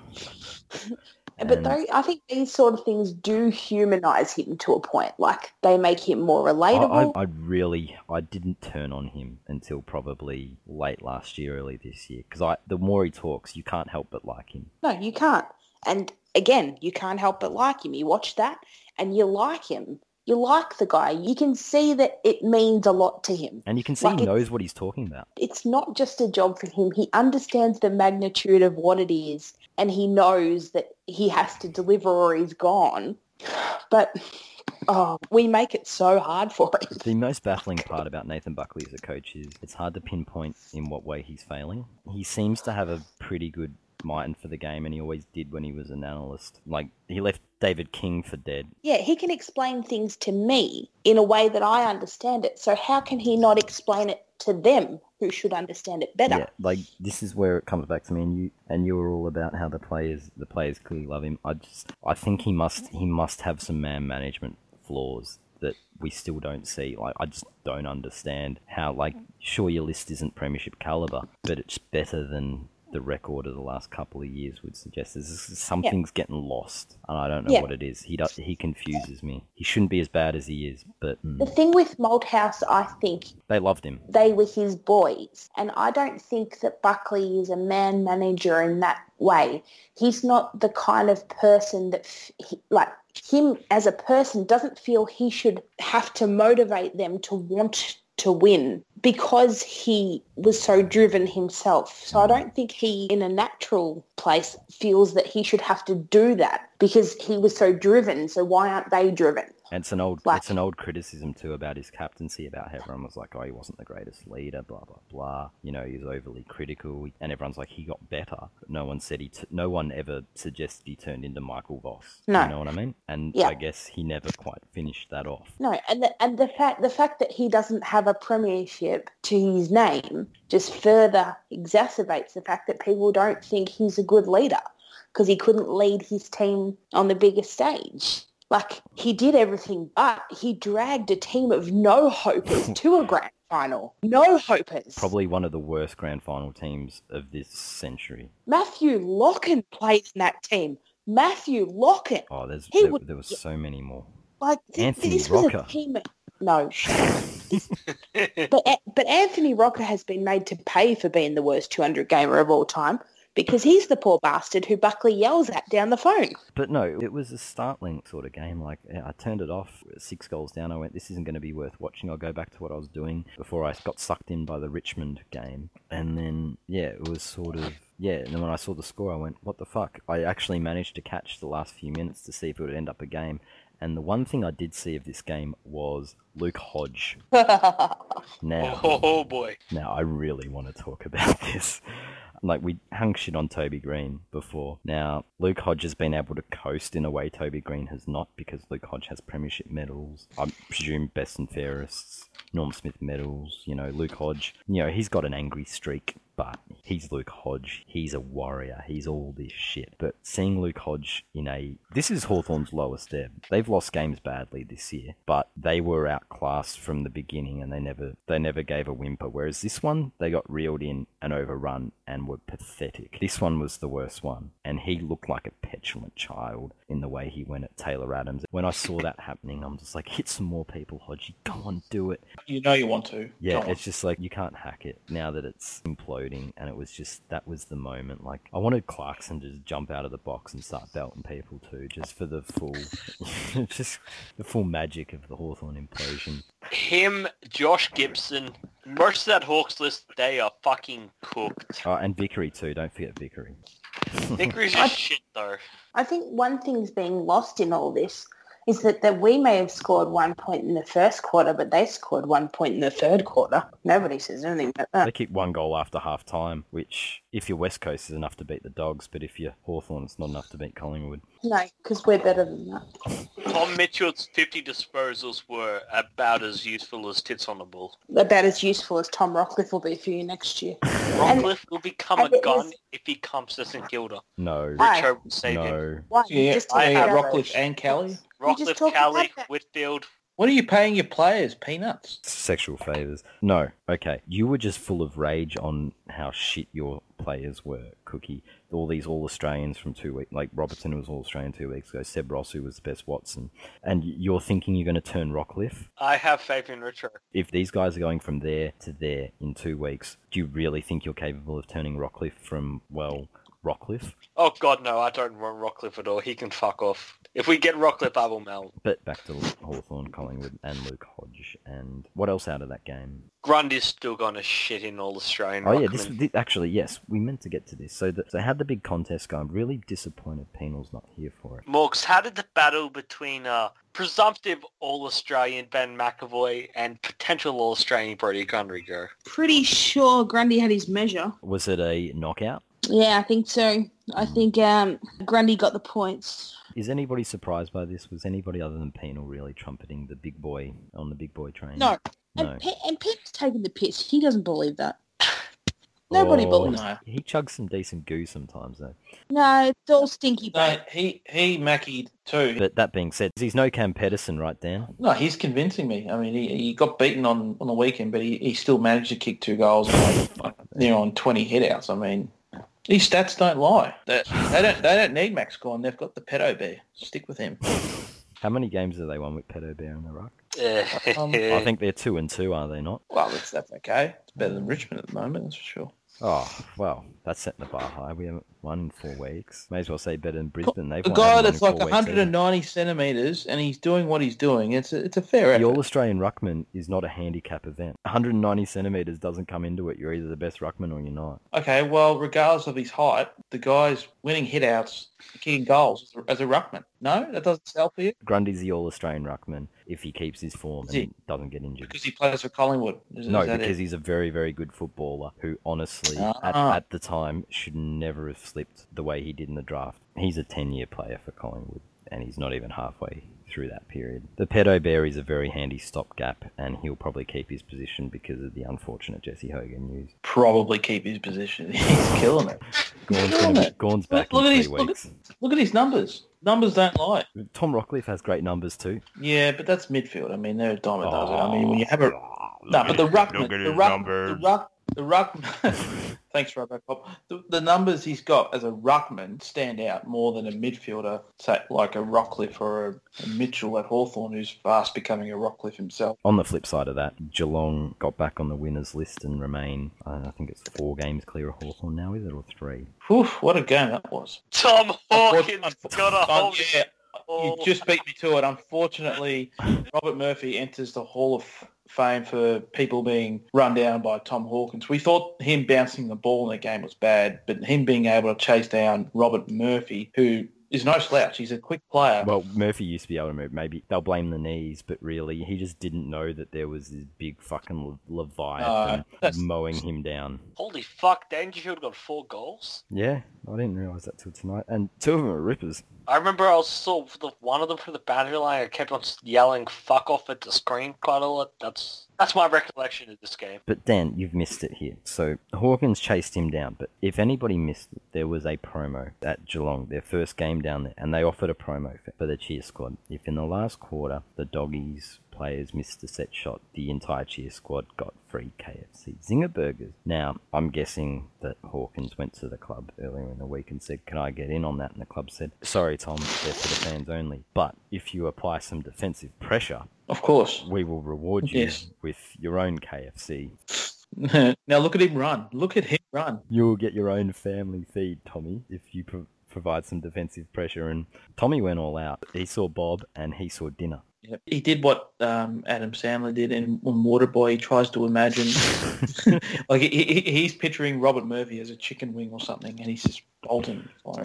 Speaker 7: But
Speaker 3: And-
Speaker 7: they, I think these sort of things do humanize him to a point. Like they make him more
Speaker 3: I,
Speaker 7: relatable.
Speaker 3: I, I really, I didn't turn on him until probably late last year, early this year, because I, the more he talks, you can't help but like him.
Speaker 7: No, you can't. And again, you can't help but like him. You watch that and you like him. You like the guy. You can see that it means a lot to him.
Speaker 3: And you can see
Speaker 7: Like
Speaker 3: he
Speaker 7: it-
Speaker 3: knows what he's talking about.
Speaker 7: It's not just a job for him. He understands the magnitude of what it is and he knows that he has to deliver or he's gone. But oh, we make it so hard for him.
Speaker 3: The most baffling part about Nathan Buckley as a coach is it's hard to pinpoint in what way he's failing. He seems to have a pretty good mind for the game, and he always did when he was an analyst. Like, he left David King for dead.
Speaker 7: Yeah, he can explain things to me in a way that I understand it. So how can he not explain it to them who should understand it better?
Speaker 3: Yeah, like this is where it comes back to me, and you and you were all about how the players the players clearly love him. I just I think he must he must have some man management flaws that we still don't see. Like I just don't understand how like sure your list isn't premiership caliber, but it's better than the record of the last couple of years would suggest. There's just- something's getting lost, and I don't know
Speaker 7: Yeah.
Speaker 3: what it is. He does, he confuses me. He shouldn't be as bad as he is, but mm,
Speaker 7: The thing with Malthouse, I think
Speaker 3: they loved him.
Speaker 7: they were his boys, and I don't think that Buckley is a man manager in that way. He's not the kind of person that, f- he, like him as a person, doesn't feel he should have to motivate them to want to win because he was so driven himself. So I don't think he, in a natural place, feels that he should have to do that because he was so driven. So why aren't they driven?
Speaker 3: And it's an old
Speaker 7: Like-
Speaker 3: it's an old criticism too about his captaincy, about how everyone was like, Oh, he wasn't the greatest leader, blah blah blah. You know, he was overly critical and everyone's like he got better. But no one said he t- no one ever suggested he turned into Michael Voss.
Speaker 7: No.
Speaker 3: You know what I mean? And
Speaker 7: Yeah.
Speaker 3: I guess he never quite finished that off.
Speaker 7: No, and the, and the fact the fact that he doesn't have a premiership to his name just further exacerbates the fact that people don't think he's a good leader because he couldn't lead his team on the biggest stage. Like he did everything, but he dragged a team of no hopers to a grand final. No hopers.
Speaker 3: Probably one of the worst grand final teams of this century.
Speaker 7: Matthew Locken played in that team. Matthew Locken.
Speaker 3: Oh, there's
Speaker 7: He
Speaker 3: there,
Speaker 7: would-
Speaker 3: there was so many more.
Speaker 7: Like th-
Speaker 3: Anthony
Speaker 7: this
Speaker 3: Rocker.
Speaker 7: was a team. No, but A- but Anthony Rocker has been made to pay for being the worst 200 gamer of all time because he's the poor bastard who Buckley yells at down the phone.
Speaker 3: But no, it was a startling sort of game. Like I turned it off, six goals down. I went, this isn't going to be worth watching. I'll go back to what I was doing before I got sucked in by the Richmond game. And then yeah, it was sort of yeah. And then when I saw the score, I went, what the fuck? I actually managed to catch the last few minutes to see if it would end up a game. And the one thing I did see of this game was Luke Hodge. Now,
Speaker 4: Oh boy.
Speaker 3: now I really want to talk about this. Like we hung shit on Toby Green before. Now Luke Hodge has been able to coast in a way Toby Green has not because Luke Hodge has premiership medals. I presume best and fairests, Norm Smith medals. You know Luke Hodge. You know he's got an angry streak, but he's Luke Hodge. He's a warrior. He's all this shit. But seeing Luke Hodge in a this is Hawthorn's lowest ebb. They've lost games badly this year, but they were outclassed from the beginning and they never they never gave a whimper. Whereas this one, they got reeled in and overrun and were pathetic. This one was the worst one, and he looked like a petulant child in the way he went at Taylor Adams. When I saw that happening, I'm just like, hit some more people, Hodgie. Go on, do it.
Speaker 5: You know you want to.
Speaker 3: Yeah,
Speaker 5: Go on.
Speaker 3: it's just like you can't hack it now that it's imploding, and it was just that was the moment. Like I wanted Clarkson to just jump out of the box and start belting people too, just for the full, just the full magic of the Hawthorn implosion.
Speaker 4: Him, Josh Gibson, most of that Hawks list, they are fucking cooked.
Speaker 3: Oh, and Vickery too. Don't forget Vickery.
Speaker 4: Nickery's just shit though.
Speaker 7: I think one thing's being lost in all this is that, that we may have scored one point in the first quarter, but they scored one point in the third quarter. Nobody says anything about that.
Speaker 3: They kicked one goal after half time, which if you're West Coast, is enough to beat the Dogs, but if you're Hawthorn, it's not enough to beat Collingwood.
Speaker 7: No, because we're better than that.
Speaker 4: Tom Mitchell's 50 disposals were about as useful as tits on a bull.
Speaker 7: About as useful as Tom Rockcliffe will be for you next year.
Speaker 4: Rockcliffe will become a
Speaker 7: and it
Speaker 4: gun
Speaker 7: is-
Speaker 4: if he comes to St Kilda.
Speaker 3: No,
Speaker 7: Aye.
Speaker 4: Richo will save him.
Speaker 3: no.
Speaker 7: Why?
Speaker 5: Yeah,
Speaker 7: Just
Speaker 5: I
Speaker 7: take
Speaker 5: had
Speaker 7: it out.
Speaker 5: Rockcliffe and Kelly.
Speaker 7: You just
Speaker 4: Rockcliffe,
Speaker 7: talked
Speaker 4: Cowley,
Speaker 7: about that.
Speaker 4: Whitfield.
Speaker 5: What are you paying your players? Peanuts.
Speaker 3: Sexual favors. No, okay. You were just full of rage on how shit your players were, Cookie. All these All Australians from two weeks, like Robertson was All Australian two weeks ago. Seb Rossu was the best Watson, and you're thinking you're going to turn Rockcliffe.
Speaker 4: I have faith in Richo.
Speaker 3: If these guys are going from there to there in two weeks, do you really think you're capable of turning Rockcliffe from well, Rockcliffe?
Speaker 4: Oh God, no! I don't want Rockcliffe at all. He can fuck off. If we get Rockcliffe, I will melt.
Speaker 3: But back to Hawthorn, Collingwood, and Luke Hodge, and what else out of that game?
Speaker 4: Grundy's still gonna shit in all Australian.
Speaker 3: Oh yeah,
Speaker 4: ruckmen.
Speaker 3: this, thi- actually yes, we meant to get to this. So, the, so they had the big contest go. I'm really disappointed Penal's not here for it.
Speaker 4: Morgs, how did the battle between uh, presumptive All-Australian Ben McAvoy and potential All-Australian Brody Grundy go?
Speaker 6: Pretty sure Grundy had his measure.
Speaker 3: Was it a knockout?
Speaker 6: Yeah, I think so. I think um, Grundy got the points.
Speaker 3: Is anybody surprised by this? Was anybody other than Penal really trumpeting the big boy on the big boy train?
Speaker 6: No. And,
Speaker 3: No.
Speaker 6: Pe- and Pete's taking the piss. He doesn't believe that. Nobody
Speaker 3: Oh,
Speaker 6: believes.
Speaker 5: No.
Speaker 3: He chugs some decent goo sometimes though.
Speaker 6: No, it's all stinky.
Speaker 5: No,
Speaker 6: bait.
Speaker 5: he he Mackie too.
Speaker 3: But that being said, he's no Cam Pedersen, right, Dan?
Speaker 5: No, he's convincing me. I mean, he, he got beaten on, on the weekend, but he, he still managed to kick two goals, and, like, you know, on twenty hitouts. I mean, these stats don't lie. They, they don't they don't need Max Gorn. They've got the pedo bear. Stick with him.
Speaker 3: How many games have they won with Pedo Bear in the ruck?
Speaker 5: Um,
Speaker 3: I think they're two and two, are they not?
Speaker 5: Well, that's, that's okay. It's better than Richmond at the moment, that's for sure.
Speaker 3: Oh well, that's setting the bar high. We haven't won in four weeks. May as well say better than Brisbane. They've
Speaker 5: A
Speaker 3: won- haven't
Speaker 5: guy
Speaker 3: won
Speaker 5: that's
Speaker 3: in four
Speaker 5: like
Speaker 3: weeks either.
Speaker 5: 190 centimetres and he's doing what he's doing. It's a, it's a fair effort.
Speaker 3: The All Australian Ruckman is not a handicap event. 190 centimetres doesn't come into it. You're either the best Ruckman or you're not.
Speaker 5: Okay, well, regardless of his height, the guy's winning hitouts, kicking goals as a, as a ruckman. No, that doesn't sell for you
Speaker 3: Grundy's the All Australian Ruckman if he keeps his form
Speaker 5: Is
Speaker 3: and doesn't get injured.
Speaker 5: because he plays for Collingwood. Is,
Speaker 3: no,
Speaker 5: is that it?
Speaker 3: because he's a very, very good footballer who honestly, at,
Speaker 5: Ah.
Speaker 3: at the time, should never have slipped the way he did in the draft. He's a 10 year player for Collingwood and he's not even halfway through that period. The Pedo Bear is a very handy stopgap and he'll probably keep his position because of the unfortunate Jesse Hogan news.
Speaker 5: probably keep his position. He's killing it.
Speaker 3: Gorn's,
Speaker 5: Damn
Speaker 3: gonna be-
Speaker 5: it.
Speaker 3: Gorn's
Speaker 5: Look-
Speaker 3: back
Speaker 5: look at
Speaker 3: in three
Speaker 5: his- look at-
Speaker 3: weeks.
Speaker 5: Look at his numbers. Numbers don't lie.
Speaker 3: Tom Rockcliffe has great numbers too.
Speaker 5: Yeah, but that's midfield. I mean, they're a dime a dozen. I mean, when you have a no,
Speaker 8: Look
Speaker 5: but
Speaker 8: at-
Speaker 5: the ruckman,
Speaker 8: look at
Speaker 5: the
Speaker 8: his
Speaker 5: ruck,
Speaker 8: numbers.
Speaker 5: the ruck, the ruck. thanks, Robocop. The, the numbers he's got as a ruckman stand out more than a midfielder, say like a Rockcliffe or a, a Mitchell at Hawthorn, who's fast becoming a Rockcliffe himself.
Speaker 3: On the flip side of that, Geelong got back on the winners list and remain, uh, I think it's four games clear of Hawthorn now, is it, or three?
Speaker 5: Whew, what a game that was!
Speaker 4: Tom Hawkins
Speaker 5: Unfortunately-
Speaker 4: got a
Speaker 5: Um,
Speaker 4: hold.
Speaker 5: yeah, you just beat me to it. Unfortunately, Robert Murphy enters the Hall of Fame for people being run down by Tom Hawkins. We thought him bouncing the ball in the game was bad, but him being able to chase down Robert Murphy, who is no slouch, he's a quick player.
Speaker 3: Well, Murphy used to be able to move. Maybe they'll blame the knees, but really, he just didn't know that there was this big fucking le- leviathan
Speaker 5: that's-
Speaker 3: mowing him down.
Speaker 4: Holy fuck! Dangerfield got four goals.
Speaker 3: Yeah, I didn't realise that till tonight. And two of them are rippers.
Speaker 4: I remember I saw the one of them from the boundary line. I kept on yelling "fuck off" at the screen quite a lot. That's that's my recollection of this game.
Speaker 3: But Dan, you've missed it here. So Hawkins chased him down, but if anybody missed it, there was a promo at Geelong, their first game down there, and they offered a promo for, for the cheer squad. If in the last quarter the doggies players missed a set shot, the entire cheer squad got free KFC Zinger burgers. Now, I'm guessing that Hawkins went to the club earlier in the week and said, Can I get in on that? And the club said, Sorry, Tom, they're for the fans only. But if you apply some defensive pressure,
Speaker 5: of course.
Speaker 3: we will reward you
Speaker 5: Yes.
Speaker 3: with your own KFC.
Speaker 5: now look at him run. Look at him run.
Speaker 3: You'll get your own family feed, Tommy, if you pro- provide some defensive pressure. And Tommy went all out. He saw Bob and he saw dinner.
Speaker 5: Yep. He did what um, Adam Sandler did in, in Waterboy. He tries to imagine, like he, he, he's picturing Robert Murphy as a chicken wing or something, and he's just bolting. fire.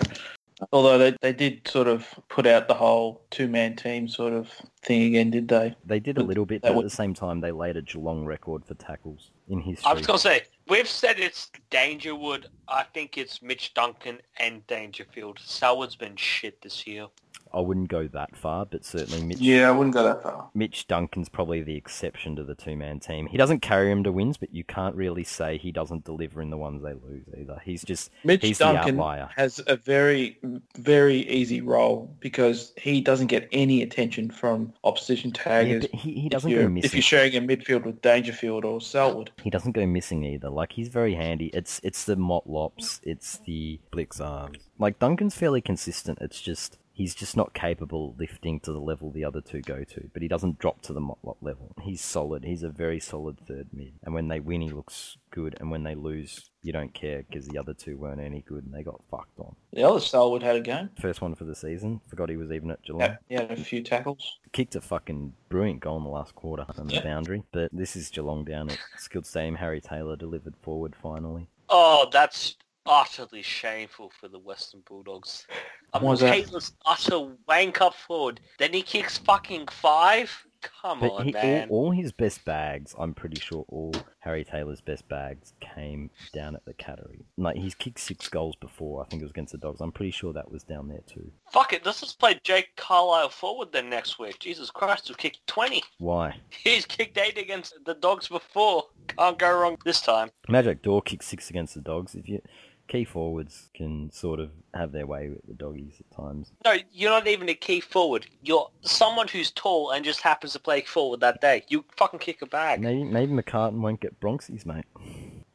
Speaker 5: Although they, they did sort of put out the whole two-man team sort of thing again, did they?
Speaker 3: They did a
Speaker 5: But
Speaker 3: little bit,
Speaker 5: that
Speaker 3: but at
Speaker 5: would-
Speaker 3: the same time, they laid a Geelong record for tackles in history.
Speaker 4: I was going to say, we've said it's Dangerwood. I think it's Mitch Duncan and Dangerfield. Selwood's been shit this year.
Speaker 3: I wouldn't go that far, but certainly Mitch,
Speaker 5: Yeah, I wouldn't go that far.
Speaker 3: Mitch Duncan's probably the exception to the two-man team. He doesn't carry him to wins, but you can't really say he doesn't deliver in the ones they lose either. He's just
Speaker 5: Mitch
Speaker 3: he's
Speaker 5: Duncan
Speaker 3: the outlier.
Speaker 5: has a very, very easy role because he doesn't get any attention from opposition
Speaker 3: Yeah,
Speaker 5: taggers.
Speaker 3: but he, he
Speaker 5: if
Speaker 3: doesn't
Speaker 5: you're-
Speaker 3: go
Speaker 5: If
Speaker 3: missing.
Speaker 5: you're sharing a midfield with Dangerfield or Selwood,
Speaker 3: He doesn't go missing either. Like he's very handy. It's it's the Motlops, it's the Blixarves. Like Duncan's fairly consistent. It's just he's just not capable of lifting to the level the other two go to. But he doesn't drop to the Motlop level. He's solid. He's a very solid third mid. And when they win, he looks good. And when they lose, you don't care because the other two weren't any good and they got fucked on.
Speaker 5: the other Selwood had a game.
Speaker 3: First one for the season. Forgot he was even at Geelong
Speaker 5: Yeah, he had a few tackles.
Speaker 3: kicked a fucking brilliant goal in the last quarter on the
Speaker 5: Yeah.
Speaker 3: boundary. But this is Geelong down at Skilled Stadium. Harry Taylor delivered forward finally.
Speaker 4: Oh, that's utterly shameful for the Western Bulldogs. I mean,
Speaker 5: Why's that?
Speaker 4: Caitlin's utter wank up forward. Then he kicks fucking five? Come
Speaker 3: But
Speaker 4: on,
Speaker 3: he, all,
Speaker 4: man.
Speaker 3: all his best bags, I'm pretty sure all Harry Taylor's best bags came down at the Cattery. Like he's kicked six goals before. I think it was against the Dogs. I'm pretty sure that was down there too.
Speaker 4: Fuck it, let's just play Jake Carlisle forward then next week. Jesus Christ, he'll kick 20.
Speaker 3: Why?
Speaker 4: He's kicked eight against the Dogs before. Can't go wrong this time.
Speaker 3: Magic Door kicked six against the Dogs. If you key forwards can sort of have their way with the doggies at times.
Speaker 4: No, you're not even a key forward. You're someone who's tall and just happens to play forward that day. You fucking kick a bag.
Speaker 3: Maybe maybe McCartan won't get Bronxies, mate.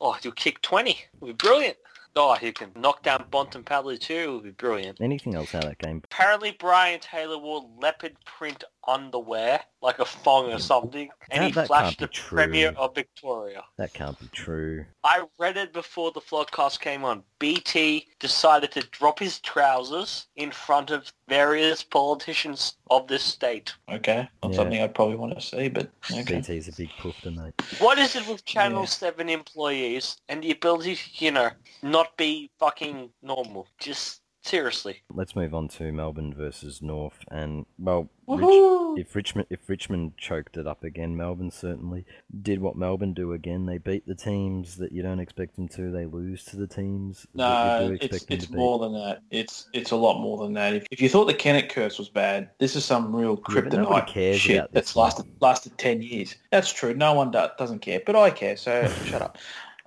Speaker 4: Oh, you'll kick 20. It'll be brilliant. Oh, he can knock down Bontempelli too. It'll be brilliant.
Speaker 3: Anything else out of that game?
Speaker 4: Apparently Brian Taylor wore leopard print underwear, like a thong or something, and
Speaker 3: That-
Speaker 4: he
Speaker 3: that
Speaker 4: flashed the
Speaker 3: can't be true.
Speaker 4: Premier of Victoria.
Speaker 3: That can't be true.
Speaker 4: I read it before the podcast came on. BT decided to drop his trousers in front of various politicians of this state.
Speaker 5: Okay, not
Speaker 3: Yeah.
Speaker 5: something I'd probably want to see, but okay.
Speaker 3: BT's a big poofter, mate.
Speaker 4: What is it with Channel
Speaker 5: Yeah.
Speaker 4: 7 employees and the ability to, you know, not be fucking normal? Just seriously.
Speaker 3: Let's move on to Melbourne versus North, and well, Rich,
Speaker 6: Woohoo!
Speaker 3: if Richmond if Richmond choked it up again, Melbourne certainly did what Melbourne do again. They beat the teams that you don't expect them to. They lose to the teams that you
Speaker 5: No,
Speaker 3: do
Speaker 5: it's
Speaker 3: expect them
Speaker 5: it's
Speaker 3: to beat.
Speaker 5: more than that. It's it's a lot more than that. If, if you thought the Kennett curse was bad, this is some real
Speaker 3: Yeah, but nobody
Speaker 5: kryptonite
Speaker 3: cares
Speaker 5: shit
Speaker 3: about this
Speaker 5: that's
Speaker 3: one.
Speaker 5: lasted lasted ten years. That's true. No one do, doesn't care, but I care. So shut up.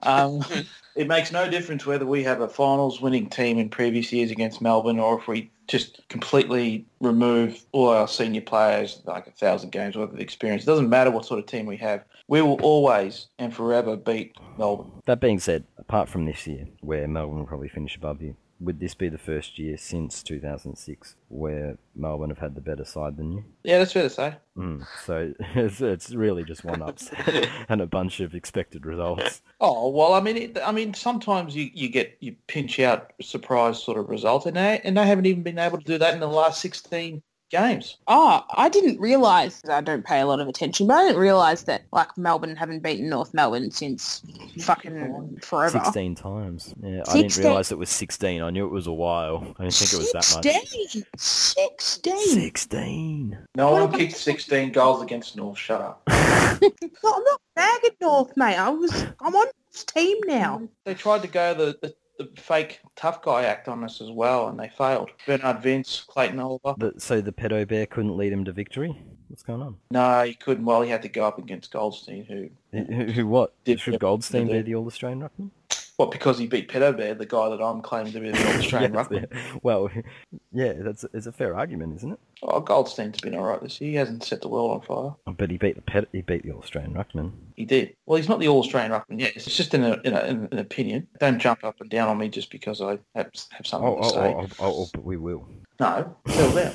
Speaker 5: Um, it makes no difference whether we have a finals winning team in previous years against Melbourne, or if we just completely remove all our senior players, like a thousand games worth of experience. It doesn't matter what sort of team we have. We will always and forever beat Melbourne.
Speaker 3: That being said, apart from this year, where Melbourne will probably finish above you, would this be the first year since 2006 where Melbourne have had the better side than you?
Speaker 5: Yeah, that's fair to say.
Speaker 3: Mm, so it's, it's really just one upset and a bunch of expected results.
Speaker 5: Oh well, I mean, it, I mean, sometimes you, you get you pinch out surprise sort of result, and they and they haven't even been able to do that in the last sixteen games.
Speaker 6: Oh, I didn't realise. I don't pay a lot of attention, but I didn't realise that like Melbourne haven't beaten North Melbourne since fucking forever.
Speaker 3: 16 times. Yeah, I didn't
Speaker 6: 16.
Speaker 3: realise it was 16. I knew it was a while. I didn't think it was that much.
Speaker 6: 16. 16.
Speaker 3: 16.
Speaker 5: No
Speaker 6: What
Speaker 5: one
Speaker 6: about-
Speaker 5: kicked sixteen goals against North. Shut up.
Speaker 6: No, I'm not bagging North, mate. I was. I'm on this team now.
Speaker 5: They tried to go the, the, the fake tough guy act on us as well, and they failed. Bernard Vince, Clayton Oliver.
Speaker 3: The, so the pedo bear couldn't lead him to victory? What's going on?
Speaker 5: No, he couldn't. Well, he had to go up against Goldstein, who
Speaker 3: Who, who what?
Speaker 5: Did-
Speaker 3: Should Goldstein be
Speaker 5: did-
Speaker 3: the All-Australian ruckman?
Speaker 5: what because he beat Pedo Bear, the guy that I'm claiming to be the Australian
Speaker 3: Yes,
Speaker 5: ruckman.
Speaker 3: yeah. Well, yeah, that's it's a fair argument, isn't it?
Speaker 5: Oh, Goldstein's been all right this year. He hasn't set the world on fire.
Speaker 3: Oh, But he beat the ped- he beat the All-Australian ruckman.
Speaker 5: He did. Well, he's not the All Australian ruckman yet. It's just in a, in a, in an opinion. Don't jump up and down on me just because I have, have something
Speaker 3: Oh,
Speaker 5: to
Speaker 3: oh,
Speaker 5: say.
Speaker 3: oh, oh, oh, oh, but we will.
Speaker 5: No, settle down.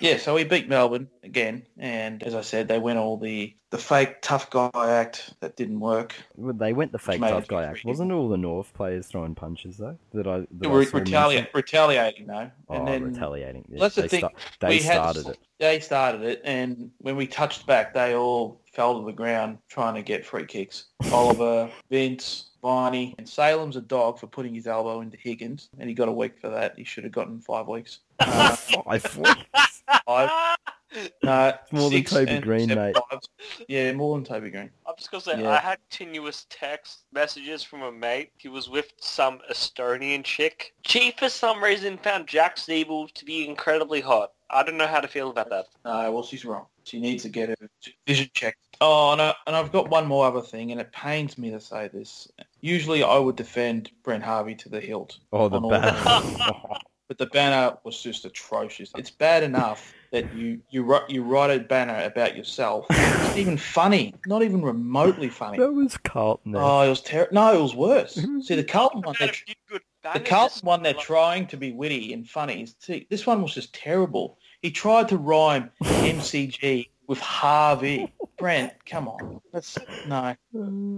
Speaker 5: Yeah, so we beat Melbourne again, and as I said, they went all the the fake tough guy act that didn't work.
Speaker 3: Well, They went the fake
Speaker 5: Mate,
Speaker 3: tough guy act.
Speaker 5: we-
Speaker 3: Wasn't it all the North players throwing punches though? That I that
Speaker 5: They
Speaker 3: I
Speaker 5: were
Speaker 3: saw mentioned?
Speaker 5: retaliating, retaliating though,
Speaker 3: Oh,
Speaker 5: and then
Speaker 3: retaliating. Yeah,
Speaker 5: that's the
Speaker 3: they
Speaker 5: thing.
Speaker 3: sta- they
Speaker 5: we had-
Speaker 3: started it.
Speaker 5: they started it, and when we touched back, they all fell to the ground trying to get free kicks. Oliver, Vince, Viney, and Salem's a dog for putting his elbow into Higgins, and he got a week for that. He should have gotten five weeks. Uh,
Speaker 3: Five weeks.
Speaker 5: five, no,
Speaker 3: more than
Speaker 5: six
Speaker 3: Toby
Speaker 5: and
Speaker 3: Green,
Speaker 5: seven
Speaker 3: mate.
Speaker 5: fives. Yeah, more than Toby Green.
Speaker 4: I'm just gonna say
Speaker 5: Yeah.
Speaker 4: I had continuous text messages from a mate. He was with some Estonian chick. She for some reason found Jack Siebel to be incredibly hot. I don't know how to feel about that.
Speaker 5: No, well, she's wrong. She needs to get her vision checked. Oh, and, I, and I've got one more other thing, and it pains me to say this. Usually I would defend Brent Harvey to the hilt.
Speaker 3: Oh, the
Speaker 5: on all
Speaker 3: bad.
Speaker 5: But the banner was just atrocious. It's bad enough that you you write, you write a banner about yourself. It's not even funny. Not even remotely funny.
Speaker 3: that was Carlton.
Speaker 5: Oh, it was terrible. No, it was worse. See, the Carlton one,
Speaker 4: I've had
Speaker 5: they're,
Speaker 4: a few good
Speaker 5: the
Speaker 4: bangers this
Speaker 5: Carlton one, they're
Speaker 4: month.
Speaker 5: trying to be witty and funny. See, this one was just terrible. He tried to rhyme MCG with Harvey. Brent, come on. That's no,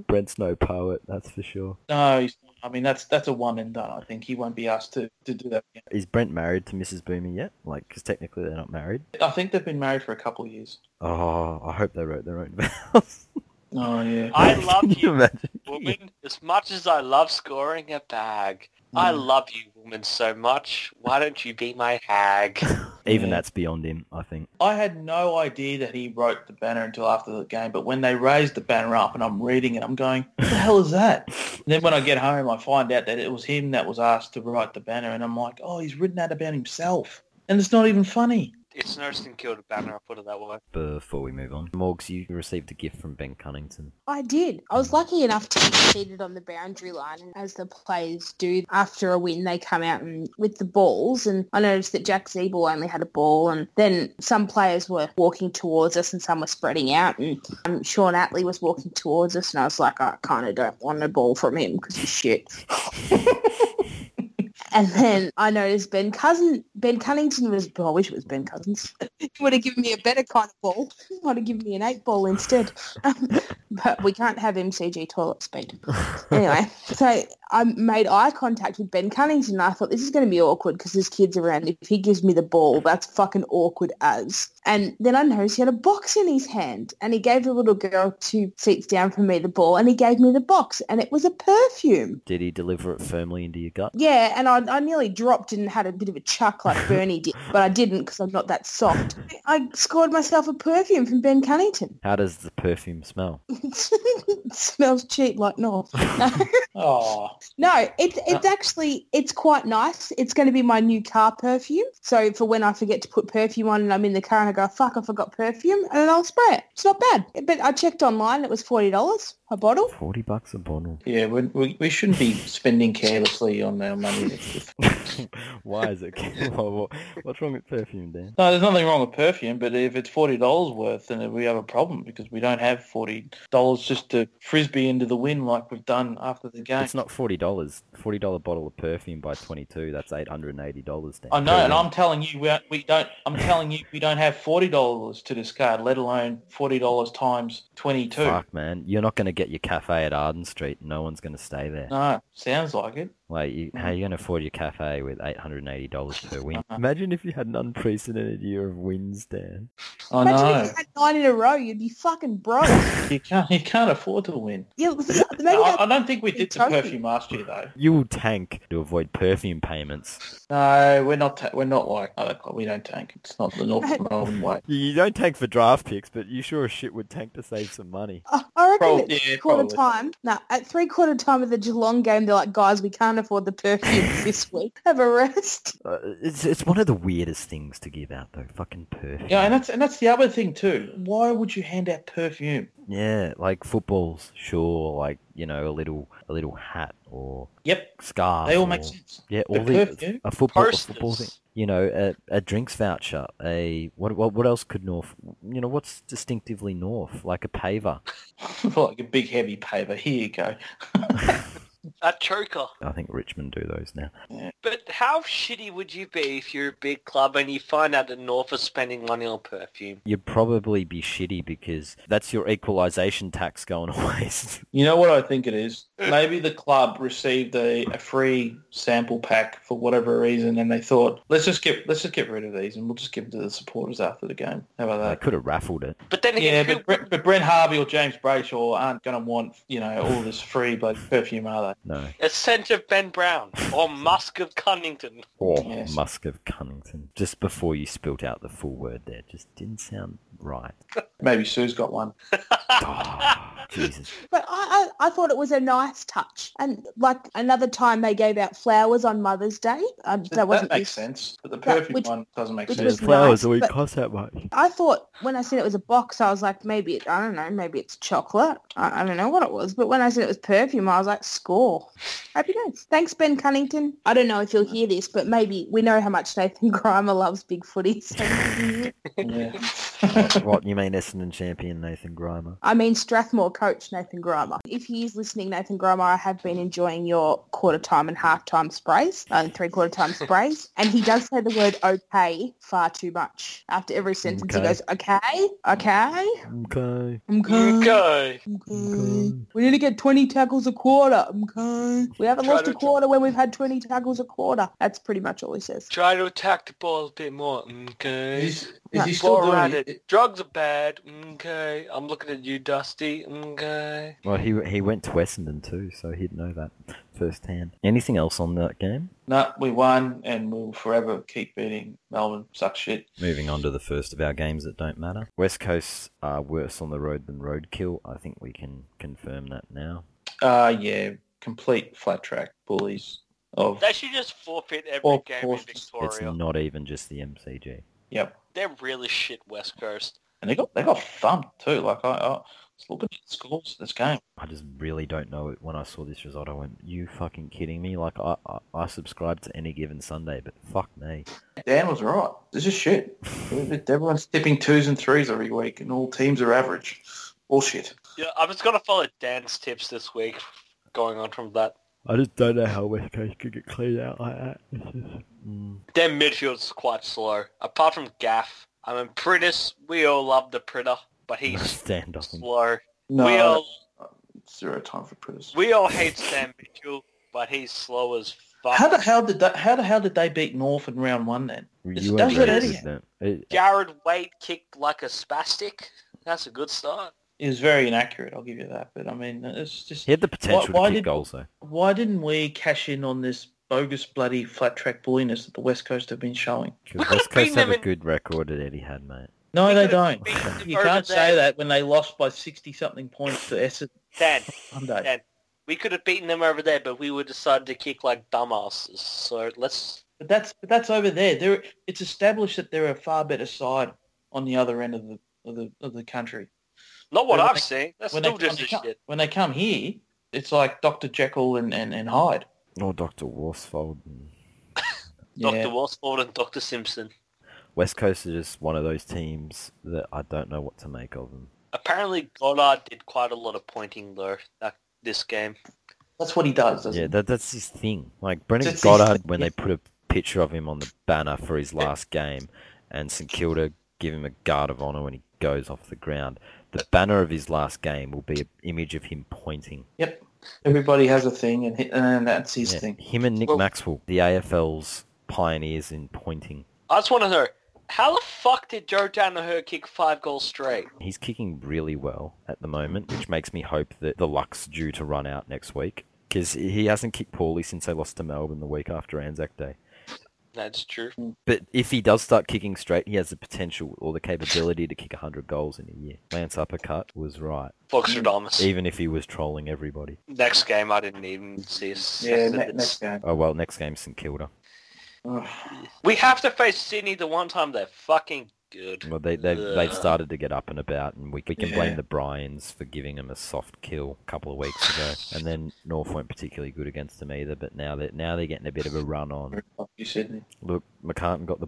Speaker 3: Brent's no poet, that's for sure.
Speaker 5: no. He's, I mean, that's that's a one and done. I think he won't be asked to, to do that again.
Speaker 3: Is Brent married to Mrs. Boomer yet? Like, because technically they're not married.
Speaker 5: I think they've been married for a couple of years.
Speaker 3: Oh, I hope they wrote their own vows.
Speaker 5: Oh yeah.
Speaker 4: I love
Speaker 3: Can you
Speaker 4: you,
Speaker 3: imagine?
Speaker 4: woman. As much as I love scoring a bag, I
Speaker 5: Mm.
Speaker 4: love you, woman, so much. Why don't you be my hag?
Speaker 3: Even
Speaker 5: Yeah.
Speaker 3: that's beyond him, I think.
Speaker 5: I had no idea that he wrote the banner until after the game, but when they raised the banner up and I'm reading it, I'm going, what the hell is that? And then when I get home, I find out that it was him that was asked to write the banner, and I'm like, oh, he's written that about himself. And it's not even funny.
Speaker 4: It's no sin killed a banner, I'll put it that way.
Speaker 3: Before we move on, Morgs, you received a gift from Ben Cunnington.
Speaker 7: I did. I was lucky enough to be seated on the boundary line, and as the players do after a win, they come out and with the balls. And I noticed that Jack Zeeble only had a ball, and then some players were walking towards us, and some were spreading out. And um, Sean Atley was walking towards us, and I was like, I kind of don't want a ball from him because he's shit. And then I noticed Ben Cousin, Ben Cunnington was. Oh, I wish it was Ben Cousins. he would have given me a better kind of ball. He would have given me an eight ball instead. Um, but we can't have MCG toilet speed. Anyway, so I made eye contact with Ben Cunnington. And I thought this is going to be awkward because there's kids around. If he gives me the ball, that's fucking awkward as. And then I noticed he had a box in his hand, and he gave the little girl two seats down from me the ball, and he gave me the box, and it was a perfume.
Speaker 3: Did he deliver it firmly into your gut?
Speaker 7: Yeah, and I, I nearly dropped and had a bit of a chuck like Bernie did, but I didn't because I'm not that soft. I scored myself a perfume from Ben Cunnington.
Speaker 3: How does the perfume smell?
Speaker 7: it smells cheap like north. No,
Speaker 5: Oh,
Speaker 7: no it's it's
Speaker 5: Uh,
Speaker 7: actually it's quite nice. It's going to be my new car perfume. So for when I forget to put perfume on and I'm in the car and I go fuck I forgot perfume and then I'll spray it. It's not bad. But I checked online, it was forty dollars a bottle.
Speaker 3: Forty bucks a bottle.
Speaker 5: yeah, we, we, we shouldn't be spending carelessly on our money.
Speaker 3: Why is it? Wha- wha- What's wrong with perfume, Dan?
Speaker 5: No, there's nothing wrong with perfume, but if it's forty dollars worth, then we have a problem because we don't have forty dollars just to frisbee into the wind like we've done after the game.
Speaker 3: It's not forty dollars. Forty dollar bottle of perfume by twenty two. That's eight hundred and eighty dollars.
Speaker 5: I know, and I'm telling you, we, we don't. I'm telling you, we don't have forty dollars to discard, let alone forty dollars times twenty-two.
Speaker 3: Fuck, man. You're not going to get your cafe at Arden Street. No one's going to stay there.
Speaker 5: No, sounds like it.
Speaker 3: Like, you, how are you going to afford your cafe with eight hundred and eighty dollars per win? Imagine if you had an unprecedented year of wins, Dan.
Speaker 5: I
Speaker 7: Imagine if
Speaker 5: know
Speaker 7: you had nine in a row, you'd be fucking broke.
Speaker 5: you can't. You can't afford to win.
Speaker 7: Yeah, uh, maybe
Speaker 5: I,
Speaker 7: that's-
Speaker 5: I don't think we did the
Speaker 7: Trophy.
Speaker 5: perfume last year though.
Speaker 3: You will tank to avoid perfume payments.
Speaker 5: No, we're not. Ta- we're not like other. club. We don't tank. It's not the North Melbourne way.
Speaker 3: You- You don't tank for draft picks, but you sure as shit would tank to save some money.
Speaker 5: Uh,
Speaker 7: I I reckon
Speaker 5: Prob-
Speaker 7: at
Speaker 5: yeah,
Speaker 7: quarter
Speaker 5: probably.
Speaker 7: time. No, at three quarter time of the Geelong game, they're like, guys, we can't afford the perfume this week. Have a rest.
Speaker 3: Uh, it's it's one of the weirdest things to give out though. Fucking perfume.
Speaker 5: Yeah, and that's and that's the other thing too. Why would you hand out perfume?
Speaker 3: Yeah, like footballs, sure, like you know, a little a little hat or
Speaker 5: Yep,
Speaker 3: scarf.
Speaker 5: they all
Speaker 3: or-
Speaker 5: make sense.
Speaker 3: Yeah, all
Speaker 5: The
Speaker 3: the
Speaker 5: perfume,
Speaker 3: a football, a
Speaker 4: posters.
Speaker 3: football thing. You know, a, a drinks voucher. A what what what else could North? You know, what's distinctively North? Like a paver.
Speaker 5: like a big heavy paper. Here you go.
Speaker 4: A choker.
Speaker 3: I think Richmond do those now.
Speaker 4: But how shitty would you be if you're a big club and you find out that North is spending money on perfume?
Speaker 3: You'd probably be shitty because that's your equalisation tax going away.
Speaker 5: You know what I think it is? Maybe the club received a, a free sample pack for whatever reason, and they thought, let's just get let's just get rid of these, and we'll just give them to the supporters after the game. How
Speaker 3: I
Speaker 5: about
Speaker 3: could have raffled it.
Speaker 4: But then
Speaker 5: that?
Speaker 4: again,
Speaker 5: Yeah,
Speaker 4: who-
Speaker 5: but Brent, but Brent Harvey or James Brayshaw aren't going to want you know all this free bloody perfume, are
Speaker 3: No.
Speaker 4: a scent of Ben Brown or Musk of Cunnington.
Speaker 3: Or
Speaker 5: Yes.
Speaker 3: Musk of Cunnington. Just before you spilt out the full word there, just didn't sound right.
Speaker 5: they? Maybe Sue's got one.
Speaker 3: Oh, Jesus.
Speaker 7: But I, I, I thought it was a nice touch. And like another time they gave out flowers on Mother's Day. Um, that,
Speaker 5: That,
Speaker 7: wasn't
Speaker 5: makes
Speaker 7: this-
Speaker 5: sense, but the
Speaker 7: that-
Speaker 5: perfume
Speaker 7: which-
Speaker 5: one doesn't make
Speaker 7: which
Speaker 5: sense.
Speaker 3: Yeah,
Speaker 7: was
Speaker 3: flowers
Speaker 7: nice,
Speaker 3: always
Speaker 7: but-
Speaker 3: cost that much.
Speaker 7: I thought when I said it was a box, I was like, maybe it, I don't know, maybe it's chocolate. I, I don't know what it was. But when I said it was perfume, I was like, score. Happy days. Thanks, Ben Cunnington. I don't know if you'll hear this, but maybe we know how much Nathan Grimer loves big footy. So
Speaker 5: Yeah.
Speaker 3: What, you mean Essendon champion Nathan Grimer?
Speaker 7: I mean Strathmore coach Nathan Grimer. If he is listening, Nathan Grimer, I have been enjoying your quarter time and half time sprays uh, and three quarter time sprays. And he does say the word okay far too much. After every sentence
Speaker 3: Okay.
Speaker 7: he goes, okay, okay,
Speaker 3: Okay.
Speaker 7: okay.
Speaker 4: Go.
Speaker 7: Okay. We need to get 20 tackles a quarter. Okay. We haven't
Speaker 4: Try
Speaker 7: lost
Speaker 4: to-
Speaker 7: a quarter when we've had 20 tackles a quarter. That's pretty much all he says.
Speaker 4: Try to attack the ball a bit more. Okay.
Speaker 2: Is, is he still
Speaker 4: Ball
Speaker 2: doing
Speaker 4: around
Speaker 2: it?
Speaker 4: it. Drugs are bad. Okay. I'm looking at you, Dusty. Okay.
Speaker 3: Well, he he went to Essendon too, so he'd know that firsthand. Anything else on that game?
Speaker 5: no, we won, and we'll forever keep beating Melbourne. Suck shit.
Speaker 3: Moving on to the first of our games that don't matter. West Coasts are worse on the road than Roadkill. I think we can confirm that now.
Speaker 5: Uh, yeah, complete flat track bullies of.
Speaker 4: They should just forfeit every
Speaker 5: Of
Speaker 4: game
Speaker 5: course.
Speaker 4: in
Speaker 5: It's
Speaker 4: Victoria.
Speaker 3: It's not even just the MCG.
Speaker 5: Yep.
Speaker 4: They're really shit West Coast.
Speaker 5: and they got they got thumped too. Like I, I was looking at the scores of this game.
Speaker 3: I just really don't know it. When I saw this result, I went, "You fucking kidding me?" Like I, I, I subscribe to any given Sunday, but fuck me.
Speaker 5: Dan was right. This is shit. Everyone's tipping twos and threes every week, and all teams are average. Bullshit.
Speaker 4: Yeah, I'm just gonna follow Dan's tips this week. Going on from that,
Speaker 3: I just don't know how West Coast could get cleaned out like that. mm.
Speaker 4: their midfield's quite slow. Apart from Gaff, I mean Prittis, we all love the Pritter, but he's
Speaker 3: Stand up.
Speaker 4: slow.
Speaker 5: No,
Speaker 4: we all
Speaker 5: zero time for Pritters.
Speaker 4: we all hate Sam Mitchell, but he's slow as fuck.
Speaker 5: How the hell did that? How the hell did they beat North in round one then?
Speaker 3: You
Speaker 5: That's
Speaker 3: weren't
Speaker 5: an
Speaker 3: ready,
Speaker 5: idiot.
Speaker 3: wasn't it? It-
Speaker 4: Jared Wade kicked like a spastic. That's a good start.
Speaker 5: It was very inaccurate. I'll give you that. But I mean, it's just
Speaker 3: He had the potential
Speaker 5: why
Speaker 3: to kick
Speaker 5: did-
Speaker 3: goals though.
Speaker 5: why didn't we cash in on this bogus bloody flat track bulliness that the West Coast have been showing?
Speaker 3: 'Cause
Speaker 4: We could've
Speaker 3: West Coast
Speaker 4: beaten
Speaker 3: have
Speaker 4: them
Speaker 3: a
Speaker 4: in-
Speaker 3: good record at Eddie had, mate.
Speaker 5: No,
Speaker 4: We
Speaker 5: they
Speaker 4: could've
Speaker 5: don't.
Speaker 4: beaten them
Speaker 5: You
Speaker 4: over
Speaker 5: can't say
Speaker 4: there.
Speaker 5: that when they lost by sixty something points to Essendon
Speaker 4: Dan,
Speaker 5: Monday.
Speaker 4: we could have beaten them over there, but we would decided to kick like dumbasses. So let's
Speaker 5: But that's but that's over there. There, it's established that they're a far better side on the other end of the of the, of the country.
Speaker 4: not what
Speaker 5: When
Speaker 4: I've
Speaker 5: they-
Speaker 4: seen. That's
Speaker 5: When they,
Speaker 4: still
Speaker 5: when,
Speaker 4: just a
Speaker 5: they come,
Speaker 4: shit.
Speaker 5: when they come here, it's like Doctor Jekyll and, and, and Hyde.
Speaker 3: Or Dr. Oh, Worsfold. and-
Speaker 5: Yeah.
Speaker 4: Dr. Walsford and Dr. Simpson.
Speaker 3: West Coast are just one of those teams that I don't know what to make of them.
Speaker 4: Apparently Goddard did quite a lot of pointing though that, this game.
Speaker 5: that's what he does. Doesn't
Speaker 3: Yeah,
Speaker 5: he?
Speaker 3: that, that's his thing. Like Brennan
Speaker 5: That's his
Speaker 3: Goddard,
Speaker 5: thing,
Speaker 3: when
Speaker 5: yeah.
Speaker 3: they put a picture of him on the banner for his last game, and St Kilda give him a guard of honour when he goes off the ground. The banner of his last game will be an image of him pointing.
Speaker 5: Yep. Everybody has a thing, and he, and that's his
Speaker 3: Yeah,
Speaker 5: thing.
Speaker 3: him and Nick
Speaker 4: Well-
Speaker 3: Maxwell, the AFL's pioneers in pointing.
Speaker 4: I just want to know, how the fuck did Joe Danaher kick five goals straight?
Speaker 3: He's kicking really well at the moment, which makes me hope that the luck's due to run out next week because he hasn't kicked poorly since they lost to Melbourne the week after Anzac Day.
Speaker 4: That's true.
Speaker 3: But if he does start kicking straight, he has the potential or the capability to kick 100 goals in a yeyear. Lance Uppercut was right,
Speaker 4: Fox
Speaker 5: Hmm.
Speaker 4: Radamus.
Speaker 3: even if he was trolling everybody.
Speaker 4: Next game, I didn't even see. This.
Speaker 5: Yeah, ne- next game.
Speaker 3: Oh, well, next game's St Kilda.
Speaker 5: Ugh.
Speaker 4: We have to face Sydney the one time they're fucking good.
Speaker 3: Well, they, they've,
Speaker 4: Ugh.
Speaker 3: they've started to get up and about, and we, we can
Speaker 5: Yeah.
Speaker 3: blame the Bryans for giving them a soft kill a couple of weeks ago. And then North weren't particularly good against them either, but now they're, now they're getting a bit of a run on.
Speaker 5: Fuck you, Sydney.
Speaker 3: Look, McCartan got the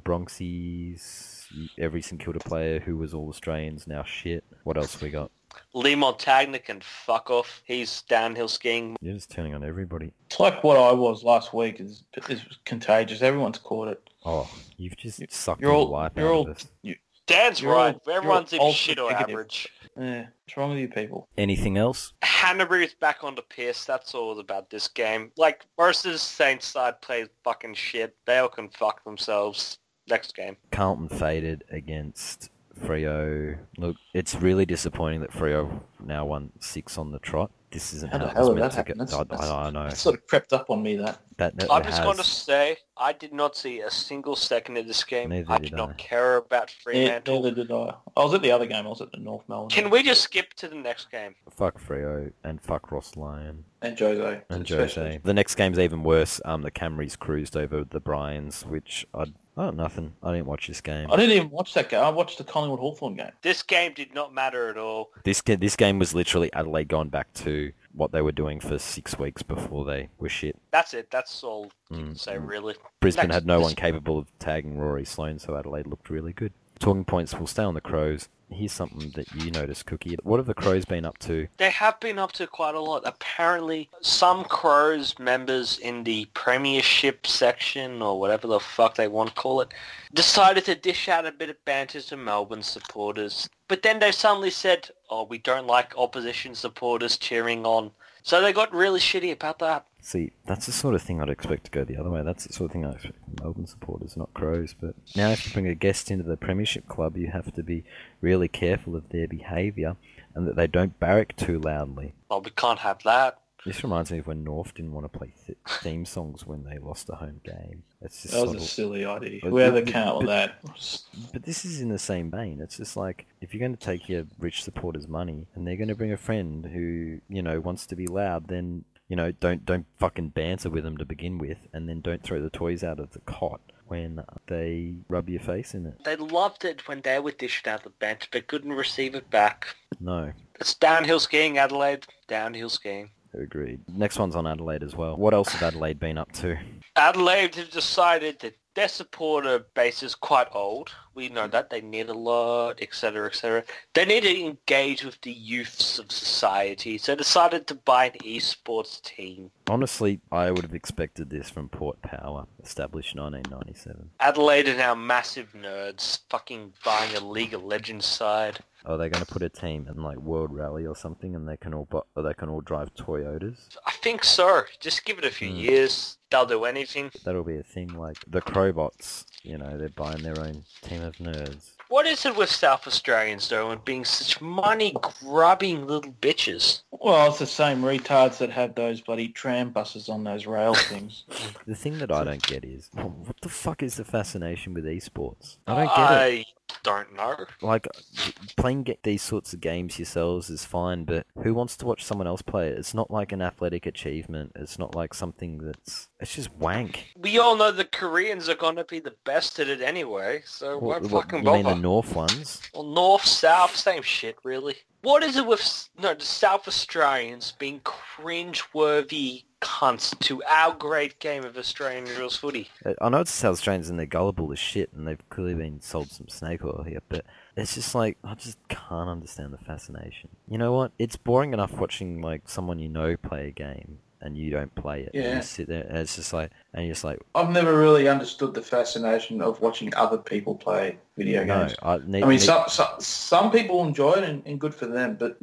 Speaker 3: Bronxies. Every St Kilda player who was all Australians now shit. What else we got?
Speaker 4: Lee Montagna can fuck off. He's downhill skiing.
Speaker 3: You're just turning on everybody.
Speaker 5: It's like what I was last week is, is contagious. Everyone's caught it.
Speaker 3: Oh, you've just sucked
Speaker 5: You're
Speaker 3: all
Speaker 5: all,
Speaker 3: the life out
Speaker 5: you're
Speaker 3: of
Speaker 5: all,
Speaker 3: us.
Speaker 5: you,
Speaker 4: Dan's
Speaker 5: You're
Speaker 4: right.
Speaker 5: all- you're
Speaker 4: Everyone's
Speaker 5: all
Speaker 4: in shit or
Speaker 5: negative.
Speaker 4: average.
Speaker 5: yeah, what's wrong with you people?
Speaker 3: Anything else?
Speaker 4: Hanbury's back on the piss. That's all about this game. Like, versus Saints side played fucking shit. They all can fuck themselves. Next game.
Speaker 3: Carlton faded against Frio. Look, it's really disappointing that Frio now won six on the trot. This isn't
Speaker 5: How
Speaker 3: how,
Speaker 5: the
Speaker 3: it
Speaker 5: hell
Speaker 3: was
Speaker 5: did
Speaker 3: meant
Speaker 5: that
Speaker 3: to
Speaker 5: happen?
Speaker 3: go. I,
Speaker 5: That's-
Speaker 3: I, I know.
Speaker 5: It sort of crept up on me that.
Speaker 3: That, that,
Speaker 4: I'm
Speaker 3: that
Speaker 4: just
Speaker 3: has-
Speaker 4: going to say, I did not see a single second of this game.
Speaker 3: Neither
Speaker 4: I
Speaker 3: did
Speaker 4: did
Speaker 3: I.
Speaker 4: not care about
Speaker 5: Yeah,
Speaker 4: Fremantle.
Speaker 5: neither did I. I was at the other game. I was at the North Melbourne.
Speaker 4: Can we just skip to the next game?
Speaker 3: Fuck Frio and fuck Ross Lyon
Speaker 5: And Jose.
Speaker 3: and
Speaker 5: especially.
Speaker 3: Jose. The next game's even worse. Um, the Camrys cruised over the Bryans, which I, I don't nothing. I didn't watch this game.
Speaker 5: I didn't even watch that game. I watched the Collingwood Hawthorn game.
Speaker 4: This game did not matter at all.
Speaker 3: This ga- this game was literally Adelaide gone back to what they were doing for six weeks before they were shit.
Speaker 4: That's it. That's all you can
Speaker 3: Mm,
Speaker 4: say,
Speaker 3: mm.
Speaker 4: really.
Speaker 3: Brisbane
Speaker 4: Next-
Speaker 3: had no
Speaker 4: this-
Speaker 3: one capable of tagging Rory Sloane, so Adelaide looked really good. Talking points will stay on the Crows. Here's something that you noticed, Cookie. What have the Crows been up to?
Speaker 4: They have been up to quite a lot. Apparently, some Crows members in the Premiership section, or whatever the fuck they want to call it, decided to dish out a bit of banter to Melbourne supporters. But then they suddenly said, oh, we don't like opposition supporters cheering on. So they got really shitty about that.
Speaker 3: See, that's the sort of thing I'd expect to go the other way. That's the sort of thing I expect from Melbourne supporters, not Crows. But now if you bring a guest into the Premiership club, you have to be really careful of their behaviour and that they don't barrack too loudly.
Speaker 4: Well, we can't have that.
Speaker 3: This reminds me of when North didn't want to play th- theme songs when they lost a home game. It's just
Speaker 5: That was
Speaker 3: sort
Speaker 5: a
Speaker 3: of-
Speaker 5: silly idea.
Speaker 3: But-
Speaker 5: Whoever
Speaker 3: but-
Speaker 5: came up with that.
Speaker 3: But this is in the same vein. It's just like if you're going to take your rich supporters' money and they're going to bring a friend who you know wants to be loud, then you know don't don't fucking banter with them to begin with, and then don't throw the toys out of the cot when they rub your face in it.
Speaker 4: They loved it when they were dishing out the banter, but couldn't receive it back.
Speaker 3: No,
Speaker 4: It's downhill skiing, Adelaide. Downhill skiing.
Speaker 3: agreed. Next one's on Adelaide as well. What else have Adelaide been up to?
Speaker 4: Adelaide have decided that their supporter base is quite old. We know that. They need a lot, etc., etc. They need to engage with the youths of society, so they decided to buy an esports team.
Speaker 3: Honestly, I would have expected this from Port Power, established 1997.
Speaker 4: Adelaide are now massive nerds, fucking buying a League of Legends side.
Speaker 3: Are they going to put a team in like World Rally or something, and they can all bu- or they can all drive Toyotas?
Speaker 4: I think so. Just give it a few
Speaker 3: Hmm.
Speaker 4: years. They'll do anything.
Speaker 3: that'll be a thing. Like the Crowbots, you know, they're buying their own team of nerds.
Speaker 4: What is it with South Australians, though, and being such money-grubbing little bitches?
Speaker 5: Well, it's the same retards that have those bloody tram buses on those rail things.
Speaker 3: The thing that I don't get is, well, what the fuck is the fascination with esports? I don't get it.
Speaker 4: I don't know.
Speaker 3: Like playing ge- these sorts of games yourselves is fine, but who wants to watch someone else play it? It's not like an athletic achievement. It's not like something that's. It's just wank.
Speaker 4: We all know the Koreans are going to be the best at it anyway, so why
Speaker 3: What- what-
Speaker 4: fucking
Speaker 3: you mean
Speaker 4: bother?
Speaker 3: the North ones?
Speaker 4: well, north, south, same shit, really. What is it with s- no the South Australians being cringe-worthy cunts to our great game of Australian rules footy?
Speaker 3: I- I know it's South Australians and they're gullible as shit, and they've clearly been sold some snake oil here, but it's just like I just can't understand the fascination. You know what? It's boring enough watching like someone you know play a game and you don't play it.
Speaker 5: Yeah.
Speaker 3: You sit there and it's just like, and you're just like,
Speaker 5: I've never really understood the fascination of watching other people play video
Speaker 3: no,
Speaker 5: games.
Speaker 3: I need.
Speaker 5: I mean,
Speaker 3: need-
Speaker 5: some, some some people enjoy it and, and good for them, but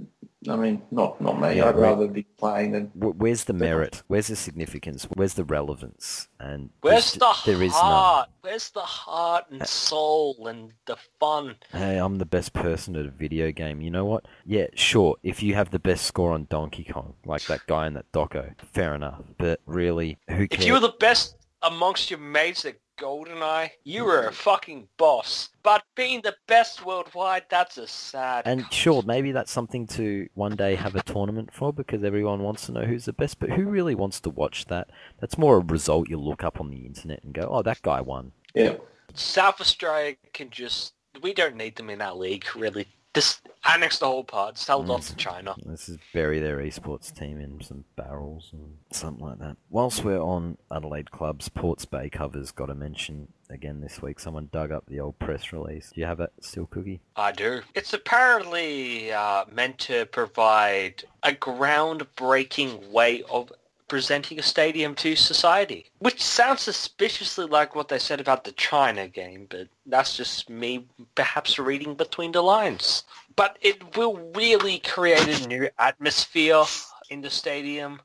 Speaker 5: I mean, not not me.
Speaker 3: Yeah,
Speaker 5: I'd
Speaker 3: right.
Speaker 5: rather be playing than
Speaker 3: wh- Where's the merit? Where's the significance? Where's the relevance? And
Speaker 4: Where's the
Speaker 3: there's- there is none. Uh,
Speaker 4: heart? Where's the heart and soul and the fun?
Speaker 3: Hey, I'm the best person at a video game. You know what? Yeah, sure. If you have the best score on Donkey Kong, like that guy in that doco, fair enough. But really, who cares?
Speaker 4: If you were the best amongst your mates at GoldenEye, you
Speaker 3: Mm-hmm.
Speaker 4: were a fucking boss. But being the best worldwide, that's a sad
Speaker 3: And sure, maybe that's something to one day have a tournament for because everyone wants to know who's the best, but who really wants to watch that? That's more a result you look up on the internet and go, oh, that guy won.
Speaker 5: yeah.
Speaker 4: South Australia can just we don't need them in our league, really. Just annex the whole pod, sell
Speaker 3: Mm.
Speaker 4: lots to China.
Speaker 3: Let's just bury their esports team in some barrels and something like that. Whilst we're on Adelaide clubs, Ports Bay covers got a mention again this week. Someone dug up the old press release. Do you have that still, Cookie?
Speaker 4: I do. It's apparently uh, meant to provide a groundbreaking way of presenting a stadium to society, which sounds suspiciously like what they said about the China game, but that's just me perhaps reading between the lines. But it will really create a new atmosphere in the stadium.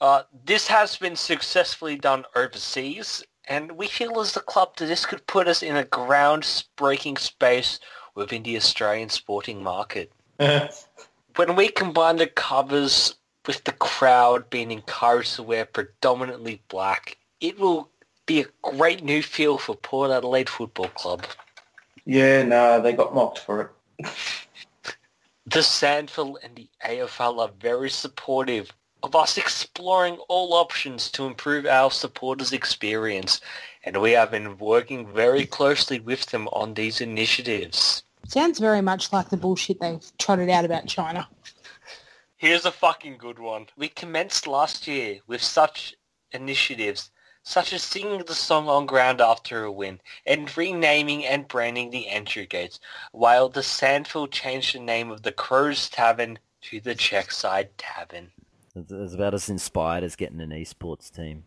Speaker 4: Uh, this has been successfully done overseas, and we feel as the club that this could put us in a ground-breaking space within the Australian sporting market. When we combine the covers with the crowd being encouraged to wear predominantly black, it will be a great new feel for Port Adelaide Football Club.
Speaker 5: yeah, no, they got mocked for it.
Speaker 4: The Sandville and the AFL are very supportive of us exploring all options to improve our supporters' experience, and we have been working very closely with them on these initiatives.
Speaker 6: Sounds very much like the bullshit they've trotted out about China.
Speaker 4: Here's a fucking good one. We commenced last year with such initiatives, such as singing the song on ground after a win, and renaming and branding the entry gates, while the Sandville changed the name of the Crows Tavern to the Checkside Tavern.
Speaker 3: It's- It's about as inspired as getting an esports team.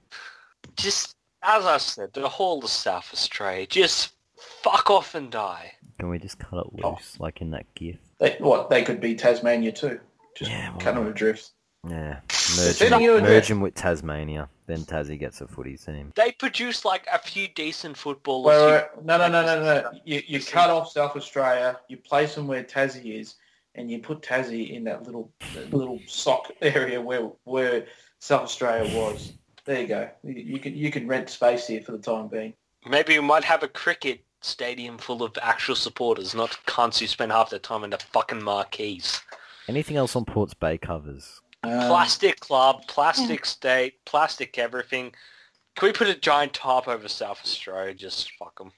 Speaker 4: just as I said, the whole of South Australia, just fuck off and die.
Speaker 3: Can we just cut it loose,
Speaker 5: Oh.
Speaker 3: like in that GIF?
Speaker 5: They, what they could be Tasmania too. Just
Speaker 3: Yeah, well-
Speaker 5: cut them adrift.
Speaker 3: Yeah, merge
Speaker 5: Sitting
Speaker 3: them,
Speaker 5: you in
Speaker 3: merge them with Tasmania. Then Tassie gets a footy team.
Speaker 4: They produce like a few decent
Speaker 5: Wait,
Speaker 4: footballers. who-
Speaker 5: wait, wait. No, no, no, no, no. You, you cut off South Australia. You place them where Tassie is, and you put Tassie in that little that little sock area where where South Australia was. There you go. You, you can you can rent space here for the time being.
Speaker 4: Maybe we might have a cricket stadium full of actual supporters, not cunts who spend half their time in the fucking marquees.
Speaker 3: Anything else on Ports Bay covers?
Speaker 5: Um,
Speaker 4: plastic club, plastic state, plastic everything. Can we put a giant tarp over South Australia? Just fuck them.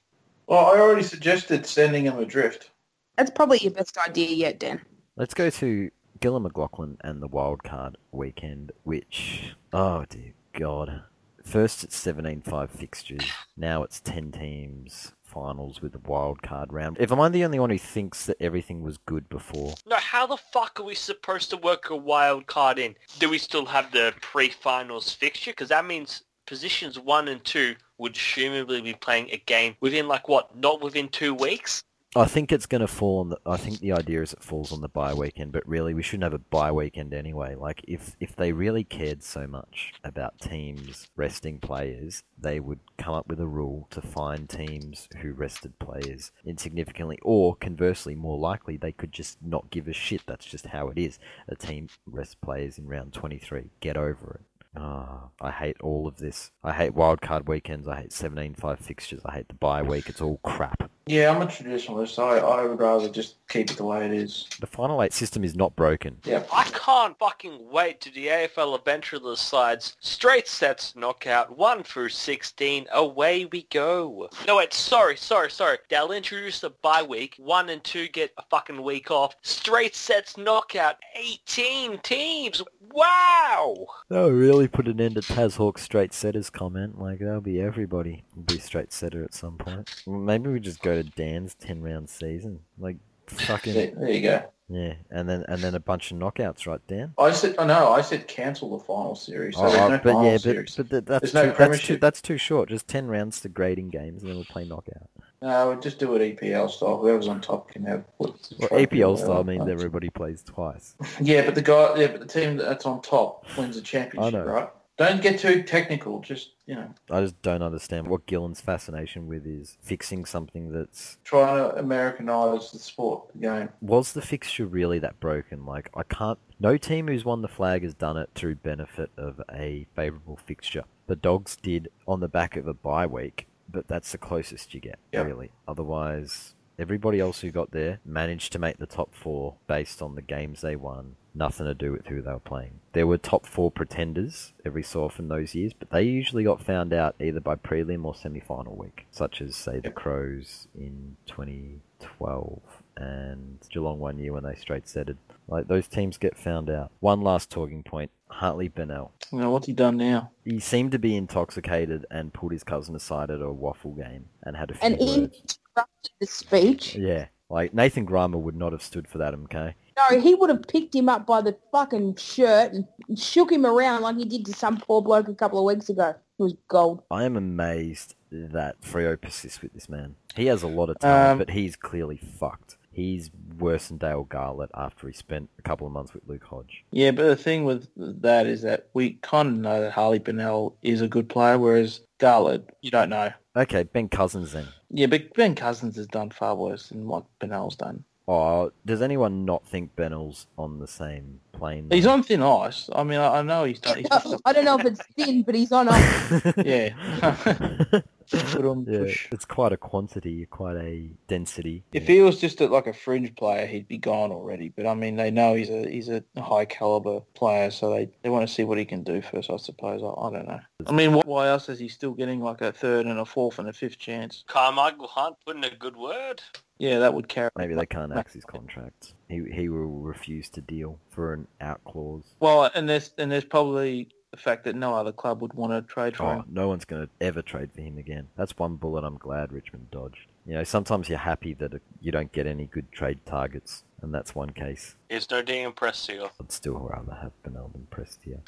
Speaker 5: Well, I already suggested sending them adrift.
Speaker 7: That's probably your best idea yet, Dan.
Speaker 3: Let's go to Gillan McLaughlin and the wildcard weekend, which oh dear God. First it's seventeen five fixtures. Now it's ten teams finals with the wildcard round. If I'm the only one who thinks that everything was good before,
Speaker 4: No, how the fuck are we supposed to work a wild card in? Do we still have the pre-finals fixture? Because that means positions one and two would assumably be playing a game within like what? Not within two weeks.
Speaker 3: I think it's going to fall on the. I think the idea is it falls on the bye weekend, but really we shouldn't have a bye weekend anyway. Like if if they really cared so much about teams resting players, they would come up with a rule to fine teams who rested players insignificantly, or conversely, more likely they could just not give a shit. That's just how it is. A team rests players in round twenty three. Get over it. Ah, I hate all of this. I hate wildcard weekends. I hate 17-5 fixtures. I hate the bye week. It's all crap.
Speaker 5: Yeah, I'm a traditionalist. I, I would rather just keep it the way it is.
Speaker 3: The final eight system is not broken.
Speaker 5: Yeah.
Speaker 4: I can't fucking wait to the AFL eventually decides straight sets knockout one through sixteen. Away we go. No wait, sorry, sorry, sorry. They'll introduce the bye week. One and two get a fucking week off. Straight sets knockout. Eighteen teams. Wow.
Speaker 3: That would really put an end to Taz Hawk's straight setters comment. Like, that'll be everybody will be straight setter at some point. Maybe we just go to Dan's 10 round season. Like,
Speaker 5: There,
Speaker 3: fucking.
Speaker 5: there you go.
Speaker 3: Yeah, and then and then a bunch of knockouts, right, Dan?
Speaker 5: I said, I know, I said cancel the final series. So
Speaker 3: Oh,
Speaker 5: there's no
Speaker 3: oh, but
Speaker 5: final
Speaker 3: yeah, but,
Speaker 5: series.
Speaker 3: but th- that's,
Speaker 5: There's no
Speaker 3: too, that's, too,
Speaker 5: premiership.
Speaker 3: that's too short. Just 10 rounds to grading games, and then we'll play knockout.
Speaker 5: No, we'll just do it EPL style. Whoever's on top can have. Well,
Speaker 3: Well, APL style means everybody plays twice.
Speaker 5: Yeah, but the guy, yeah, but the team that's on top wins the
Speaker 3: I
Speaker 5: championship,
Speaker 3: know.
Speaker 5: right? Don't get too technical. Just you know,
Speaker 3: I just don't understand what Gillen's fascination with is fixing something that's
Speaker 5: trying to Americanize the sport, the game.
Speaker 3: was the fixture really that broken? Like, I can't. No team who's won the flag has done it through benefit of a favourable fixture. The Dogs did on the back of a bye week, but that's the closest you get,
Speaker 5: Yeah.
Speaker 3: really. Otherwise, everybody else who got there managed to make the top four based on the games they won nothing to do with who they were playing. There were top four pretenders every so often those years, but they usually got found out either by prelim or semi final week, such as, say, the Crows in 2012 and Geelong one year when they straight setted. Like, those teams get found out. One last talking point Hartley Bennell.
Speaker 5: You know, what's he done now?
Speaker 3: He seemed to be intoxicated and pulled his cousin aside at a waffle game and had a few
Speaker 6: And
Speaker 3: words.
Speaker 6: interrupted the speech.
Speaker 3: Yeah, like Nathan Grimer would not have stood for that, okay?
Speaker 6: No, he would have picked him up by the fucking shirt and shook him around like he did to some poor bloke a couple of weeks ago. He was gold.
Speaker 3: I am amazed that Freo persists with this man. He has a lot of talent,
Speaker 5: Um,
Speaker 3: but he's clearly fucked. He's worse than Dale Garlett after he spent a couple of months with Luke Hodge.
Speaker 5: Yeah, but the thing with that is that we kind of know that Harley Bennell is a good player, whereas Garland, you don't know.
Speaker 3: Okay, Ben Cousins then.
Speaker 5: Yeah, but Ben Cousins has done far worse than what Bennell's done.
Speaker 3: Oh, does anyone not think Bennell's on the same plane?
Speaker 5: He's on thin ice. I mean, I, I know he's done. He's done
Speaker 6: Uh, I don't know if it's thin, but he's on a
Speaker 5: yeah. Put on
Speaker 3: yeah,
Speaker 5: push.
Speaker 3: it's quite a quantity, quite a density.
Speaker 5: If he was just a, like a fringe player, he'd be gone already. But I mean, they know he's a he's a high caliber player, so they, they want to see what he can do first. I suppose. I, I don't know. I mean, wh- why else is he still getting like a third and a fourth and a fifth chance?
Speaker 4: Carmichael Hunt put in a good word.
Speaker 5: Yeah, that would carry.
Speaker 3: Maybe they can't axe his contract. He he will refuse to deal for an out clause.
Speaker 5: Well, and there's and there's probably the fact that no other club would want to trade for
Speaker 3: Oh,
Speaker 5: him.
Speaker 3: no one's going to ever trade for him again. That's one bullet I'm glad Richmond dodged. You know, sometimes you're happy that you don't get any good trade targets, and that's one case.
Speaker 4: Is no ding impressed here.
Speaker 3: I'd still rather have Benel than Prestia.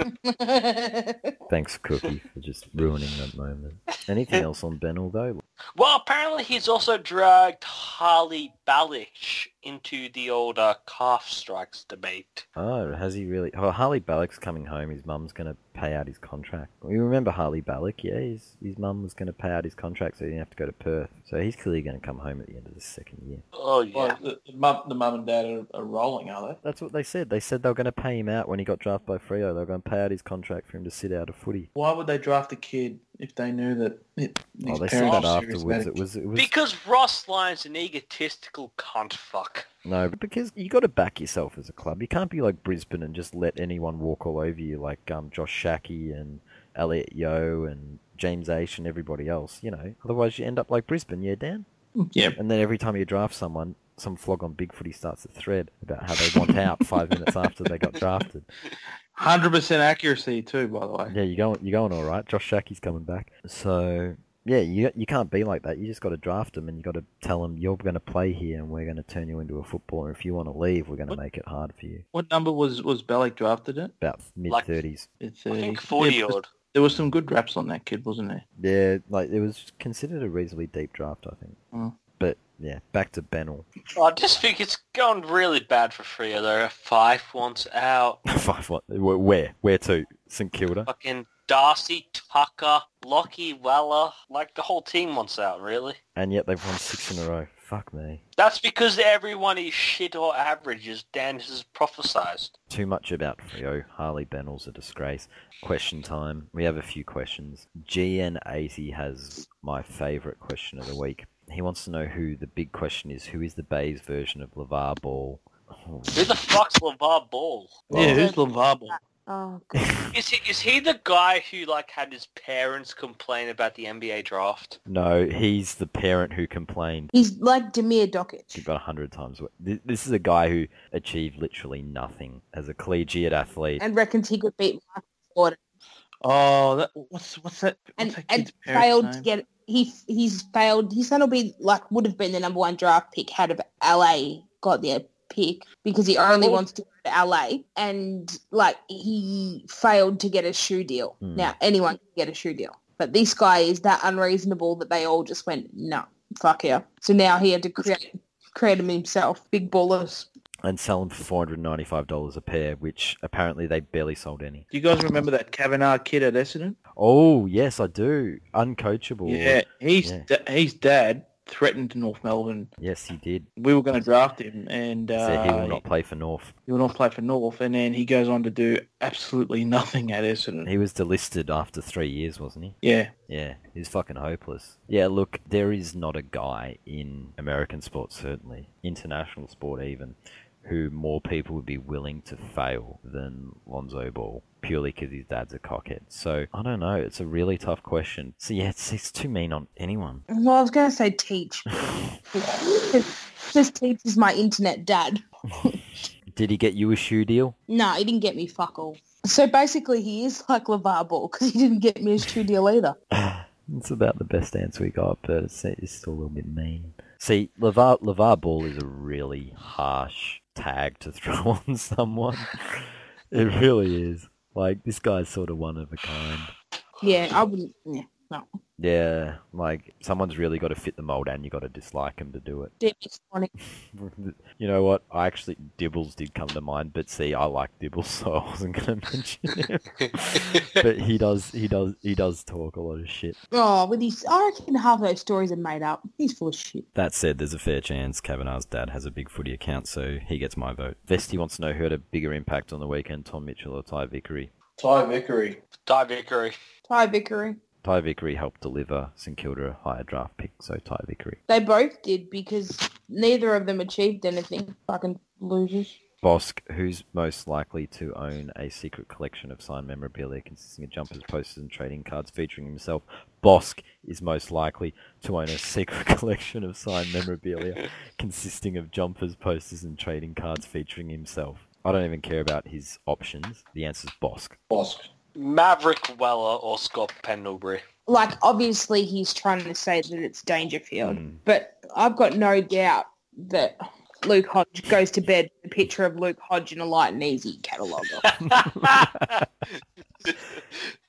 Speaker 3: Oh.
Speaker 6: I
Speaker 3: Thanks, Cookie, for just ruining that moment. Anything else on Benel, though?
Speaker 4: Well, apparently he's also dragged Harley Balich into the older calf strikes debate.
Speaker 3: Oh, has he really? Oh, Harley Balak's coming home. His mum's going to pay out his contract. You remember Harley Balak? Yeah, his, his mum was going to pay out his contract so he didn't have to go to Perth. So he's clearly going to come home at the end of the second year.
Speaker 4: Oh yeah.
Speaker 5: Well, the, the mum the mum and dad are, are rolling, are they?
Speaker 3: That's what they said. They said they were going to pay him out when he got drafted by Freo. They were going to pay out his contract for him to sit out of footy.
Speaker 5: Why would they draft a kid if they knew that it,
Speaker 3: Oh,
Speaker 5: his
Speaker 3: they said that
Speaker 5: parents were serious about
Speaker 3: afterwards. It
Speaker 5: it?
Speaker 3: was, it was
Speaker 4: because Ross Lyon's an egotistical cunt fuck.
Speaker 3: no, because you got to back yourself as a club. You can't be like Brisbane and just let anyone walk all over you, like um, Josh Shackey and Elliot Yo and James Aish and everybody else. You know, otherwise you end up like Brisbane, yeah, Dan.
Speaker 5: Yeah.
Speaker 3: And then every time you draft someone, some flog on Bigfooty starts a thread about how they want out five minutes after they got drafted.
Speaker 5: Hundred percent accuracy too, by the way.
Speaker 3: Yeah, you're going, you're going all right. Josh Shackey's coming back. So, yeah, you, you can't be like that. You just got to draft them and you got to tell them you're going to play here and we're going to turn you into a footballer. If you want to leave, we're going to make it hard for you.
Speaker 5: What number was was Bellick drafted at?
Speaker 3: About
Speaker 4: Like-
Speaker 3: mid-30s.
Speaker 5: It's
Speaker 4: I
Speaker 5: uh,
Speaker 4: think forty odd.
Speaker 5: There was some good raps on that kid, wasn't there?
Speaker 3: Yeah, like, it was considered a reasonably deep draft, I think.
Speaker 5: Mm.
Speaker 3: But, yeah, back to Bennell.
Speaker 4: I just think it's gone really bad for Freo though. Five wants out.
Speaker 3: Five, what? wh- Where? Where to? St Kilda?
Speaker 4: Fucking Darcy, Tucker, Lockie, Weller. Like the whole team wants out, really.
Speaker 3: And yet they've won six in a row. Fuck me.
Speaker 4: That's because everyone is shit or average, as Dan has prophesized.
Speaker 3: Too much about Frio. Harley Bennell's a disgrace. Question time. We have a few questions. GN80 has my favourite question of the week. He wants to know who the big question is. Who is the Bayes version of LeVar Ball? Oh,
Speaker 4: Who the fuck's LeVar Ball?
Speaker 5: Yeah, who's LeVar Ball?
Speaker 6: oh, God.
Speaker 4: Is he, is he the guy who like had his parents complain about the NBA draft?
Speaker 3: No, he's the parent who complained.
Speaker 6: He's like Demir
Speaker 3: You've
Speaker 6: Dokic.
Speaker 3: got a hundred times. wor- Th- This is a guy who achieved literally nothing as a collegiate athlete.
Speaker 6: And reckons he could beat Michael Jordan.
Speaker 5: Oh, that, what's what's that? What's
Speaker 6: And,
Speaker 5: that
Speaker 6: and
Speaker 5: kid's parents'
Speaker 6: failed to
Speaker 5: name?
Speaker 6: get... He, he's failed. His son will be, like, would have been the number one draft pick had of LA got their pick because he only
Speaker 5: Well-
Speaker 6: wants to go to LA. And, like, he failed to get a shoe deal.
Speaker 3: Hmm.
Speaker 6: Now, anyone can get a shoe deal. But this guy is that unreasonable that they all just went, no, fuck yeah. So now he had to create, create him himself. Big ballers.
Speaker 3: and sell him for four hundred ninety-five dollars a pair, which apparently they barely sold any.
Speaker 5: Do you guys remember that Kavanaugh kid at Essendon?
Speaker 3: Oh yes, I do. Uncoachable.
Speaker 5: Yeah, he's
Speaker 3: Yeah.
Speaker 5: da- his dad threatened North Melbourne.
Speaker 3: Yes, he did.
Speaker 5: We were going to draft him, and uh,
Speaker 3: so he will not play for North.
Speaker 5: he will not play for North. And then he goes on to do absolutely nothing at Essendon.
Speaker 3: He was delisted after three years, wasn't he?
Speaker 5: Yeah,
Speaker 3: Yeah, he's fucking hopeless. Yeah, look, there is not a guy in American sports, certainly international sport even, who more people would be willing to fail than Lonzo Ball purely because his dad's a cockhead. So I don't know. It's a really tough question. So yeah, it's, it's too mean on anyone.
Speaker 7: Well, I was going to say teach. Just teach is my internet dad.
Speaker 3: Did he get you a shoe deal?
Speaker 7: No, he didn't get me fuck all. So basically, he is like LeVar Ball because he didn't get me his true deal either.
Speaker 3: It's about the best answer we got, but it's, it's still a little bit mean. See, LeVar, LeVar Ball is a really harsh tag to throw on someone. It really is. Like, this guy's sort of one of a kind.
Speaker 7: Yeah, I wouldn't. Yeah, no.
Speaker 3: Yeah, like, someone's really got to fit the mold and you got to dislike him to do it.
Speaker 7: Dick is funny.
Speaker 3: You know what? I actually, Dibbles did come to mind, but see, I like Dibbles, so I wasn't going to mention him. but he does, he does, he does talk a lot of shit.
Speaker 7: Oh, with these, I reckon half of those stories are made up. He's full of shit.
Speaker 3: That said, there's a fair chance Kavanaugh's dad has a big footy account, so he gets my vote. Vesty wants to know who had a bigger impact on the weekend, Tom Mitchell or Ty Vickery.
Speaker 2: Ty Vickery.
Speaker 4: Di Vickery.
Speaker 6: Ty Vickery.
Speaker 3: Ty Vickery helped deliver St Kilda a higher draft pick, so Ty Vickery.
Speaker 6: They both did because neither of them achieved anything. Fucking losers.
Speaker 3: Bosk, who's most likely to own a secret collection of signed memorabilia consisting of jumpers, posters, and trading cards featuring himself? Bosk is most likely to own a secret collection of signed memorabilia consisting of jumpers, posters, and trading cards featuring himself. I don't even care about his options. The answer's Bosk.
Speaker 2: Bosk.
Speaker 4: Maverick Weller or Scott Pendlebury.
Speaker 7: Like, obviously, he's trying to say that it's Dangerfield,
Speaker 3: Hmm.
Speaker 7: but I've got no doubt that Luke Hodge goes to bed with a picture of Luke Hodge in a light and easy catalogue.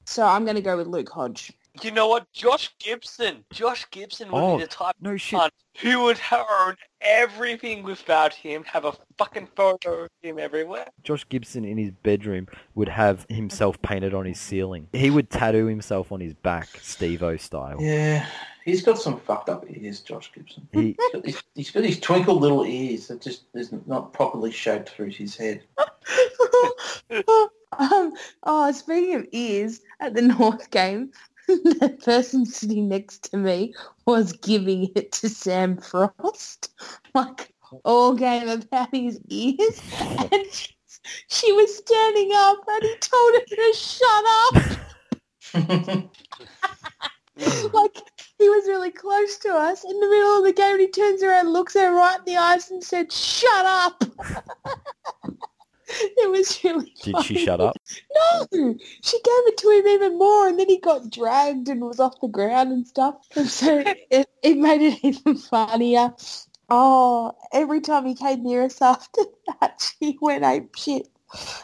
Speaker 7: so I'm going to go with Luke Hodge.
Speaker 4: You know what? Josh Gibson. Josh Gibson would
Speaker 3: Oh,
Speaker 4: be the type
Speaker 3: No shit.
Speaker 4: of cunt who would have owned everything without him, have a fucking photo of him everywhere.
Speaker 3: Josh Gibson in his bedroom would have himself painted on his ceiling. He would tattoo himself on his back, Steve-O style.
Speaker 2: Yeah, he's got some fucked up ears, Josh Gibson.
Speaker 3: He,
Speaker 2: He's got these, he's got these twinkle little ears that just is not properly shaped through his head.
Speaker 6: um, oh, speaking of ears, at the North game, the person sitting next to me was giving it to Sam Frost, like all game about his ears, and she, she was standing up, and he told her to shut up. like he was really close to us in the middle of the game, and he turns around, looks her right in the eyes, and said, "Shut up." it was really.
Speaker 3: did she shut up?
Speaker 6: No, she gave it to him even more, and then he got dragged and was off the ground and stuff. And so it, it made it even funnier. Oh, every time he came near us after that, she went ape shit.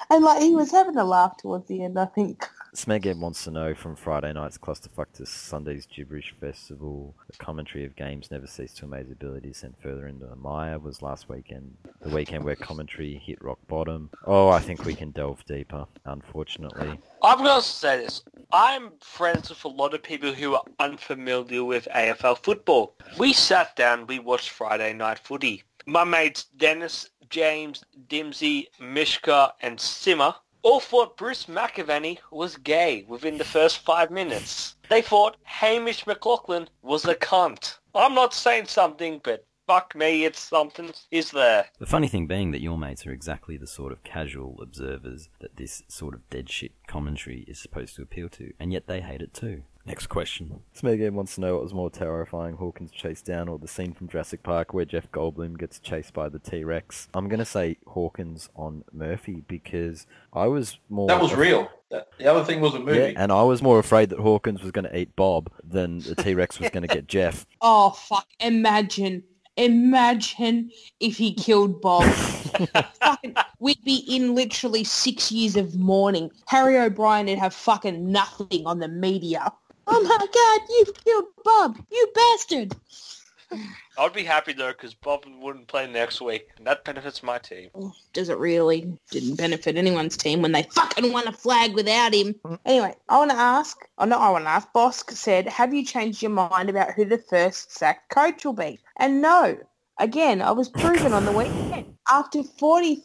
Speaker 6: And like he was having a laugh towards the end, I think.
Speaker 3: Smeghead wants to know from Friday night's clusterfuck to Sunday's gibberish festival. The commentary of games never ceased to amaze ability sent further into the mire was last weekend. The weekend where commentary hit rock bottom. Oh, I think we can delve deeper, unfortunately.
Speaker 4: I'm going to say this. I'm friends with a lot of people who are unfamiliar with AFL football. We sat down, we watched Friday Night Footy. My mates Dennis, James, Dimsey, Mishka and Simmer all thought Bruce McAvaney was gay within the first five minutes. They thought Hamish McLaughlin was a cunt. I'm not saying something, but fuck me, it's something is there.
Speaker 3: The funny thing being that your mates are exactly the sort of casual observers that this sort of dead shit commentary is supposed to appeal to, and yet they hate it too. Next question. Smeghead wants to know what was more terrifying, Hawkins chased down or the scene from Jurassic Park where Jeff Goldblum gets chased by the T-Rex. I'm going to say Hawkins on Murphy because I was more...
Speaker 2: That was
Speaker 3: af-
Speaker 2: real. That, the other thing was a movie.
Speaker 3: Yeah, and I was more afraid that Hawkins was going to eat Bob than the T-Rex was going to get Jeff.
Speaker 6: Oh fuck! Imagine, imagine if he killed Bob. fucking,
Speaker 7: We'd be in literally six years of mourning. Harry O'Brien would have fucking nothing on the media.
Speaker 6: oh my god, you've killed Bob, you bastard!
Speaker 4: I'd be happy though because Bob wouldn't play next week, and that benefits my team.
Speaker 7: Does it really? Didn't benefit anyone's team when they fucking won a flag without him. Anyway,
Speaker 6: Mm. I want to ask, oh no, I want to ask, Bosk said, have you changed your mind about who the first sacked coach will be? And no, again, I was proven on the weekend. after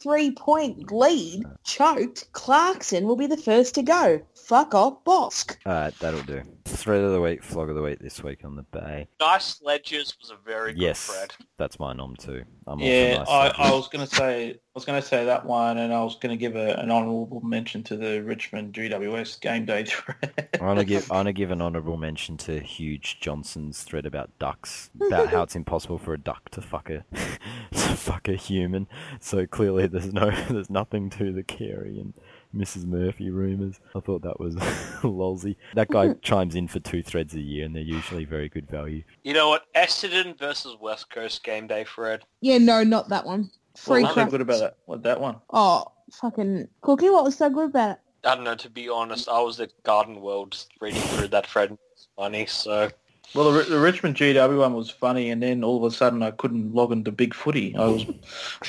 Speaker 6: 43-point lead, choked, Clarkson will be the first to go. Fuck off, Bosk.
Speaker 3: All right, that'll do. Thread of the week, flog of the week this week on the bay.
Speaker 4: Nice Ledgers was a very good
Speaker 3: yes,
Speaker 4: thread.
Speaker 3: that's my nom too. I'm also
Speaker 5: Yeah,
Speaker 3: nice
Speaker 5: I,
Speaker 3: like
Speaker 5: I
Speaker 3: you.
Speaker 5: was gonna say I was gonna say that one, and I was gonna give a, an honourable mention to the Richmond GWS game day thread.
Speaker 3: I'm gonna give I'm gonna give an honourable mention to Huge Johnson's thread about ducks, about how it's impossible for a duck to fuck a to fuck a human. So clearly, there's no there's nothing to the Carey and Mrs Murphy rumours. I thought that was lolzy. That guy chimes in for two threads a year, and they're usually very good value.
Speaker 4: You know what? Essendon versus West Coast game day thread.
Speaker 6: Yeah, no, not that one. Free
Speaker 5: Nothing
Speaker 6: crap.
Speaker 5: good about that. What that one?
Speaker 6: Oh, fucking Cookie, what was so good about it?
Speaker 4: I don't know. To be honest, I was at Garden World just reading through that thread. It's funny. So
Speaker 5: Well, the, Ri- the Richmond GW one was funny, and then all of a sudden I couldn't log into Big Footy. I was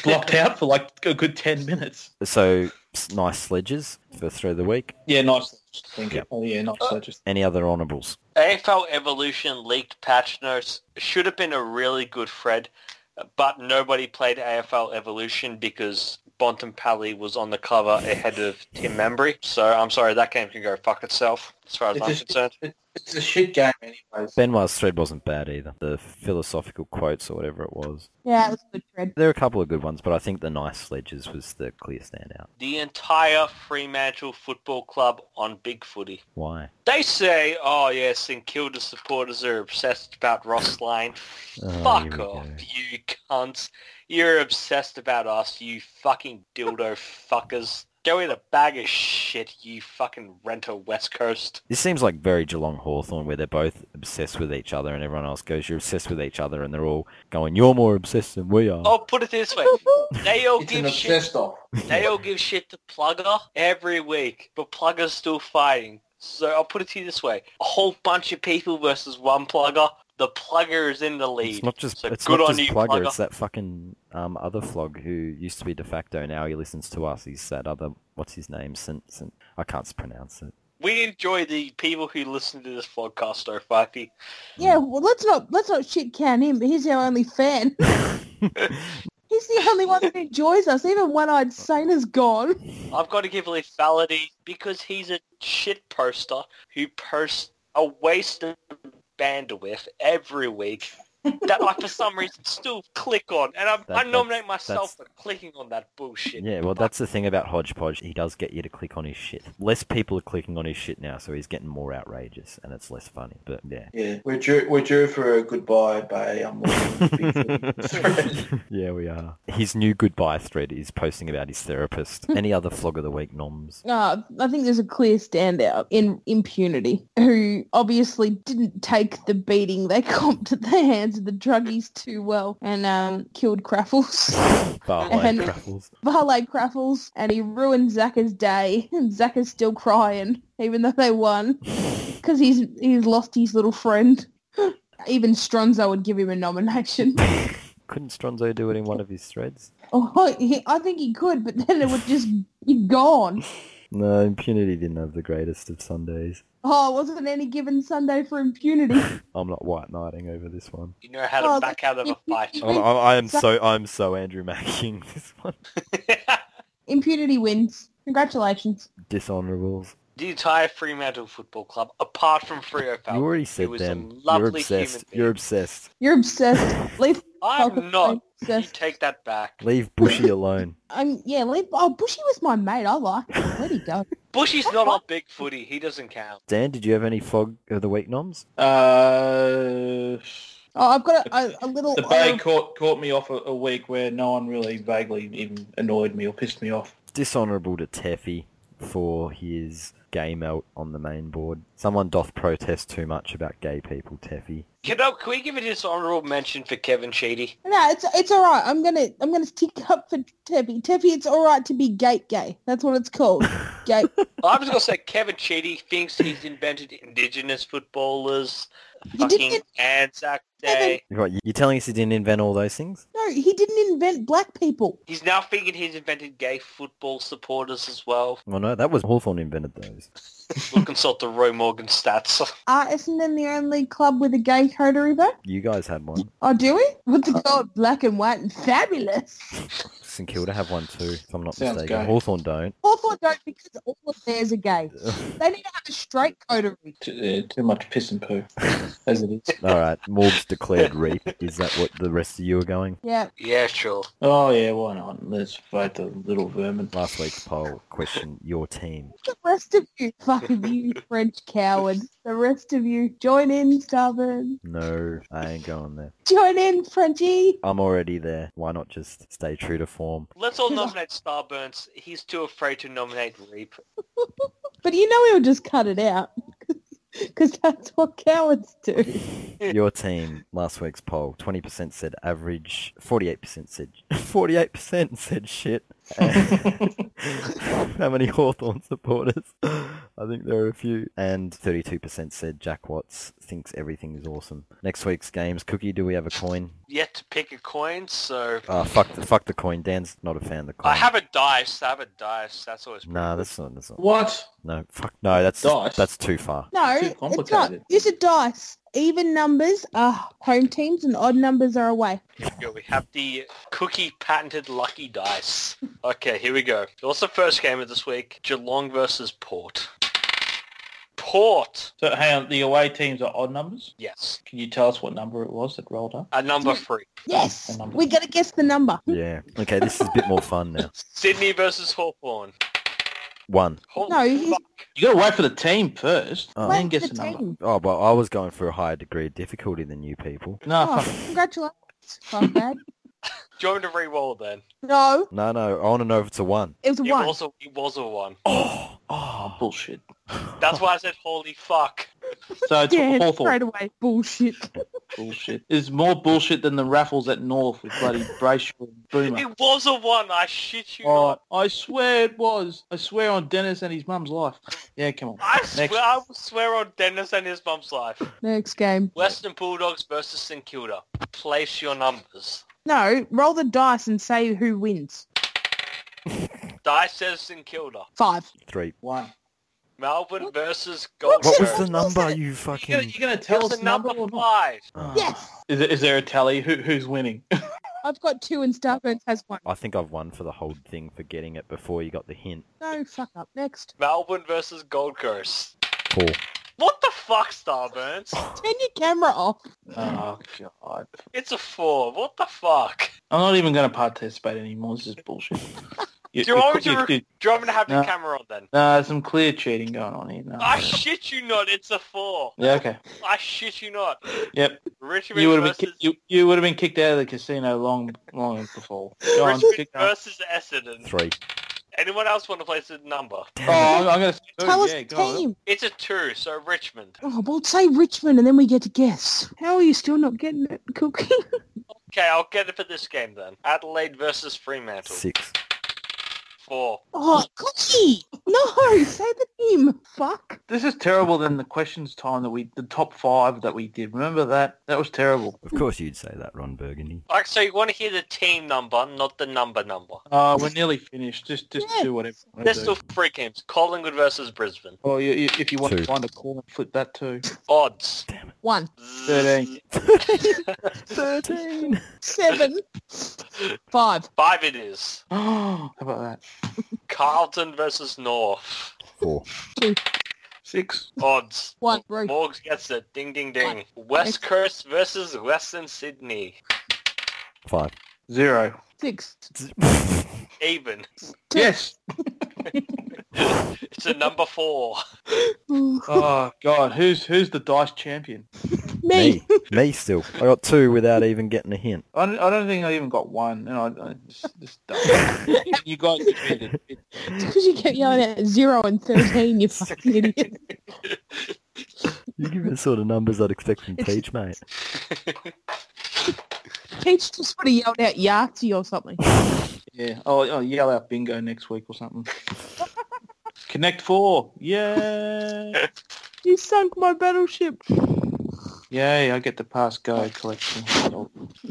Speaker 5: blocked out for like a good ten minutes.
Speaker 3: So s- nice sledges for thread of the week.
Speaker 5: Yeah, nice. Thank
Speaker 3: Yep.
Speaker 5: you. Oh yeah, nice.
Speaker 2: Uh,
Speaker 5: I just
Speaker 3: Any other honourables?
Speaker 4: AFL Evolution leaked patch notes should have been a really good thread, but nobody played AFL Evolution because Bontempelli was on the cover ahead of Tim Membry. So I'm sorry, that game can go fuck itself as far as
Speaker 2: It's
Speaker 4: I'm
Speaker 2: just-
Speaker 4: concerned.
Speaker 2: It's a shit game, anyways.
Speaker 3: Benoit's thread wasn't bad either. The philosophical quotes or whatever it was.
Speaker 6: Yeah, it was a good thread.
Speaker 3: There are a couple of good ones, but I think the nice sledges was the clear standout.
Speaker 4: The entire Fremantle Football Club on Big Footy.
Speaker 3: Why?
Speaker 4: They say, oh yes, St Kilda supporters are obsessed about Ross Lane.
Speaker 3: Oh, here
Speaker 4: Fuck
Speaker 3: we
Speaker 4: off,
Speaker 3: go.
Speaker 4: you cunts. You're obsessed about us, you fucking dildo fuckers. Go in a bag of shit, you fucking renter West Coast.
Speaker 3: This seems like very Geelong Hawthorn, where they're both obsessed with each other, and everyone else goes, "You're obsessed with each other," and they're all going, "You're more obsessed than we are."
Speaker 4: Oh, put it this way. They all
Speaker 2: It's an
Speaker 4: give shit
Speaker 2: obsessed off.
Speaker 4: they all give shit to Plugger every week, but Plugger's still fighting. So I'll put it to you this way. A whole bunch of people versus one Plugger. The Plugger is in the lead.
Speaker 3: It's not just
Speaker 4: so
Speaker 3: it's
Speaker 4: good
Speaker 3: not
Speaker 4: on
Speaker 3: just
Speaker 4: you,
Speaker 3: Plugger,
Speaker 4: Plugger.
Speaker 3: It's that fucking um, other flog who used to be de facto. Now he listens to us. He's that other. What's his name? Sint, Sint, I can't pronounce it.
Speaker 4: We enjoy the people who listen to this podcast, though, Fifey.
Speaker 6: Yeah, well let's not let's not shit can him, but he's our only fan. he's the only one that enjoys us. Even one eyed Sane is gone.
Speaker 4: I've got to give Leaf validity because he's a shit poster who posts a waste of bandwidth every week that I, for some reason, still click on. And I'm,
Speaker 3: That-
Speaker 4: I nominate
Speaker 3: that's-
Speaker 4: myself
Speaker 3: that's-
Speaker 4: for clicking on that bullshit.
Speaker 3: Yeah, well, that's the thing about Hodgepodge. He does get you to click on his shit. Less people are clicking on his shit now, so he's getting more outrageous, and it's less funny. But yeah.
Speaker 5: yeah, we're due we're due for a goodbye bay. I'm logging into Big Footy.
Speaker 3: yeah, we are. His new goodbye thread is posting about his therapist. Any other flog of the week noms?
Speaker 6: Uh, I think there's a clear standout in Impunity, who obviously didn't take the beating they comped at the hands of the druggies too well and um, killed Craffles.
Speaker 3: Barley
Speaker 6: And-
Speaker 3: crackles.
Speaker 6: Barley Craffles and he ruined Zaka's day and Zaka's still crying even though they won because he's he's lost his little friend. Even Stronzo would give him a nomination.
Speaker 3: Couldn't Stronzo do it in one of his threads?
Speaker 6: Oh, he, I think he could, but then it would just be gone.
Speaker 3: No, impunity didn't have the greatest of Sundays.
Speaker 6: Oh, it wasn't any given Sunday for impunity.
Speaker 3: I'm not white knighting over this one.
Speaker 4: You know how to
Speaker 6: Oh,
Speaker 4: back out of a fight.
Speaker 3: I'm, I'm, I am so I'm so Andrew Macking this one.
Speaker 6: Impunity wins. Congratulations.
Speaker 3: Dishonourables.
Speaker 4: the entire Fremantle Football Club, apart from Freo Falcon,
Speaker 3: You already
Speaker 4: who
Speaker 3: said
Speaker 4: is a
Speaker 3: them. You're
Speaker 4: lovely
Speaker 3: obsessed.
Speaker 4: human being.
Speaker 3: You're obsessed.
Speaker 6: You're obsessed. Leave
Speaker 4: I'm not. You
Speaker 6: Obsessed.
Speaker 4: take that back.
Speaker 3: Leave Bushy alone.
Speaker 6: Um, yeah, leave. Oh, Bushy was my mate. I like him. Where'd he go?
Speaker 4: Bushy's not on Big Footy. He doesn't count.
Speaker 3: Dan, did you have any flog of the week noms?
Speaker 5: Uh,
Speaker 6: Oh, I've got a, a, a little.
Speaker 5: the bay caught caught me off a, a week where no one really vaguely even annoyed me or pissed me off.
Speaker 3: dishonourable to Teffy for his gay melt on the main board. Someone doth protest too much about gay people, Teffy.
Speaker 4: Can, I, can we give a dishonorable mention for Kevin Sheedy?
Speaker 6: um, No, it's it's all right. I'm gonna I'm gonna stick up for Teppy. Teppy, it's all right to be gate gay. That's what it's called. gate.
Speaker 4: I'm just gonna say Kevin Sheedy thinks he's invented indigenous footballers,
Speaker 6: You
Speaker 4: fucking
Speaker 6: didn't.
Speaker 4: Anzac Day.
Speaker 3: Right, you- you're telling us he didn't invent all those things?
Speaker 6: No, he didn't invent black people.
Speaker 4: He's now thinking he's invented gay football supporters as well.
Speaker 3: Well, no, that was Hawthorne invented those.
Speaker 4: We'll consult the Roy Morgan stats.
Speaker 6: Are Essendon the only club with a gay coterie though?
Speaker 3: You guys had one.
Speaker 4: Uh.
Speaker 6: Oh, do we? What the god, black and white and fabulous.
Speaker 3: St Kilda have one too, if I'm not
Speaker 5: Sounds
Speaker 3: mistaken.
Speaker 5: gay.
Speaker 3: Hawthorn don't.
Speaker 6: Hawthorne don't because all of theirs are gay. They need to have a straight coterie.
Speaker 5: Too, yeah, uh, too much piss and poo, as it is.
Speaker 3: All right, Morbs declared reap. Is that what the rest of you are going?
Speaker 6: Yeah.
Speaker 4: Yeah, sure.
Speaker 5: Oh yeah, why not? Let's vote the little vermin.
Speaker 3: Last week's poll question: Your team.
Speaker 6: The rest of you, fucking you French cowards. The rest of you, join in, stubborn.
Speaker 3: No, I ain't going there.
Speaker 6: Join in, Frenchie.
Speaker 3: I'm already there. Why not just stay true to form?
Speaker 4: Let's all nominate Starburns. He's too afraid to nominate Reap.
Speaker 6: But you know he'll just cut it out because that's what cowards do.
Speaker 3: Your team. Last week's poll: 20% said average, 48% said 48% said shit. How many Hawthorn supporters? I think there are a few. And 32% said Jack Watts thinks everything is awesome. Next week's games. Cookie, do we have a coin?
Speaker 4: Yet to pick a coin, so
Speaker 3: Ah, fuck the fuck the coin. Dan's not a fan of the coin.
Speaker 4: I have a dice. I have a dice. That's always pretty
Speaker 3: Nah, that's not. That's not.
Speaker 5: What?
Speaker 3: No, fuck no. That's
Speaker 5: Dice?
Speaker 3: that's too far.
Speaker 6: No,
Speaker 5: Too
Speaker 6: it's not.
Speaker 5: complicated.
Speaker 6: Use a dice. Even numbers are home teams and odd numbers are away.
Speaker 4: good. We have the cookie patented lucky dice. Okay, here we go. What's the first game of this week? Geelong versus Port. Port.
Speaker 5: So hang on, the away teams are odd numbers.
Speaker 4: Yes.
Speaker 5: Can you tell us what number it was that rolled up?
Speaker 4: A number three.
Speaker 6: Yes,
Speaker 5: The number.
Speaker 6: we got to guess the number.
Speaker 3: Yeah. Okay, this is a bit more fun now.
Speaker 4: Sydney versus Hawthorn.
Speaker 3: One.
Speaker 4: Holy
Speaker 6: No, he's-
Speaker 4: fuck.
Speaker 5: You gotta wait for the team first,
Speaker 3: Oh.
Speaker 5: then
Speaker 6: Wait
Speaker 5: guess the
Speaker 6: for the
Speaker 5: number.
Speaker 6: team.
Speaker 3: Oh well, I was going for a higher degree of difficulty than you people.
Speaker 5: No, fuck
Speaker 6: Oh, congratulations, fuck that.
Speaker 4: Do you want to re-roll then?
Speaker 6: No,
Speaker 3: No, no, I want to know if it's a one.
Speaker 6: it was a
Speaker 4: It
Speaker 6: one.
Speaker 4: was a, it was a one.
Speaker 3: Oh, oh,
Speaker 5: bullshit.
Speaker 4: That's why I said holy fuck.
Speaker 5: So it's
Speaker 6: yeah,
Speaker 5: Hawthorn.
Speaker 6: straight away. Bullshit.
Speaker 5: bullshit. It's more bullshit than the raffles at North with bloody Brayshaw and Boomer.
Speaker 4: It was a one. I shit you
Speaker 5: Oh,
Speaker 4: not.
Speaker 5: I swear it was. I swear on Dennis and his mum's life. Yeah, come on.
Speaker 4: I
Speaker 5: Next.
Speaker 4: swear, I will swear on Dennis and his mum's life.
Speaker 6: Next game.
Speaker 4: Western Bulldogs versus St Kilda. Place your numbers.
Speaker 6: No, roll the dice and say who wins.
Speaker 4: Dice says St Kilda.
Speaker 6: Five.
Speaker 3: three.
Speaker 5: One.
Speaker 4: Melbourne versus Gold
Speaker 3: What was
Speaker 4: Coast.
Speaker 3: the number you fucking?
Speaker 5: You're gonna, you're gonna tell us
Speaker 4: It's
Speaker 5: the
Speaker 4: the
Speaker 5: number
Speaker 4: number
Speaker 5: or not?
Speaker 4: five.
Speaker 3: Oh,
Speaker 6: Yes,
Speaker 5: Is, it, is there a tally? Who, who's winning?
Speaker 6: I've got two and Starburns has one.
Speaker 3: I think I've won for the whole thing for getting it before you got the hint.
Speaker 6: No, fuck up. Next.
Speaker 4: Melbourne versus Gold Coast.
Speaker 3: Four.
Speaker 4: What the fuck, Starburns?
Speaker 6: Turn your camera off.
Speaker 5: oh god.
Speaker 4: It's a four. What the fuck?
Speaker 5: I'm not even gonna participate anymore. This is bullshit. You,
Speaker 4: Do you want me to
Speaker 5: you-
Speaker 4: re-
Speaker 5: you-
Speaker 4: Do you want me to have
Speaker 5: No.
Speaker 4: the camera on then?
Speaker 5: Nah, there's some clear cheating going on here. No.
Speaker 4: I shit you not. It's a four.
Speaker 5: yeah, okay.
Speaker 4: I shit you not.
Speaker 5: Yep.
Speaker 4: Richmond
Speaker 5: You would have been
Speaker 4: versus
Speaker 5: ki- you, you would have been kicked out of the casino long long before. Go on,
Speaker 4: Richmond
Speaker 5: kick on.
Speaker 4: versus Essendon.
Speaker 3: Three.
Speaker 4: Anyone else want to place a number?
Speaker 5: Oh, I'm, I'm gonna
Speaker 6: Tell
Speaker 5: oh,
Speaker 6: us
Speaker 5: yeah,
Speaker 6: the
Speaker 5: go on.
Speaker 6: team.
Speaker 4: It's a two, so Richmond.
Speaker 6: Oh, well, say Richmond and then we get to guess. How are you still not getting it, Cookie?
Speaker 4: Okay, I'll get it for this game then. Adelaide versus
Speaker 3: Oh.
Speaker 4: Fremantle.
Speaker 3: Six.
Speaker 4: Four.
Speaker 6: Oh, Cookie! No, say the team. Fuck.
Speaker 5: This is terrible than the questions time that we, the top five that we did. Remember that? That was terrible.
Speaker 3: Of course you'd say that, Ron Burgundy.
Speaker 4: Like, so you want to hear the team number, not the number number.
Speaker 5: Uh, we're nearly finished. Just, just
Speaker 6: Yeah.
Speaker 5: do whatever. you wanna
Speaker 4: There's
Speaker 5: do.
Speaker 4: still three games. Collingwood versus Brisbane.
Speaker 5: Well, you, you, if you want
Speaker 3: Two.
Speaker 5: to find a corner, flip that too.
Speaker 4: Odds.
Speaker 6: One.
Speaker 5: Thirteen.
Speaker 3: Thirteen.
Speaker 6: Seven. Five.
Speaker 4: Five it is.
Speaker 5: How about that?
Speaker 4: Carlton versus North.
Speaker 3: Four.
Speaker 5: Six.
Speaker 4: Odds.
Speaker 6: One. Three.
Speaker 4: Morgs gets it. Ding, ding, ding. West Coast versus Western Sydney.
Speaker 3: Five.
Speaker 5: Zero.
Speaker 6: Six.
Speaker 4: Even.
Speaker 6: Two.
Speaker 5: Yes.
Speaker 4: It's a number four.
Speaker 6: Me.
Speaker 5: Oh God, who's who's the dice champion?
Speaker 3: Me. Me still. I got two without even getting a hint.
Speaker 5: I don't, I don't think I even got one. And I, I just, just done. you guys cheated.
Speaker 6: Because you kept yelling at zero and 13, you fucking idiot.
Speaker 3: You give me the sort of numbers I'd expect from Peach, mate.
Speaker 6: Peach just would have yelled out Yahtzee or something.
Speaker 5: Yeah. Oh, oh, yell out bingo next week or something. Connect four. Yeah.
Speaker 6: You sunk my battleship.
Speaker 5: Yay, I get the pass go collection.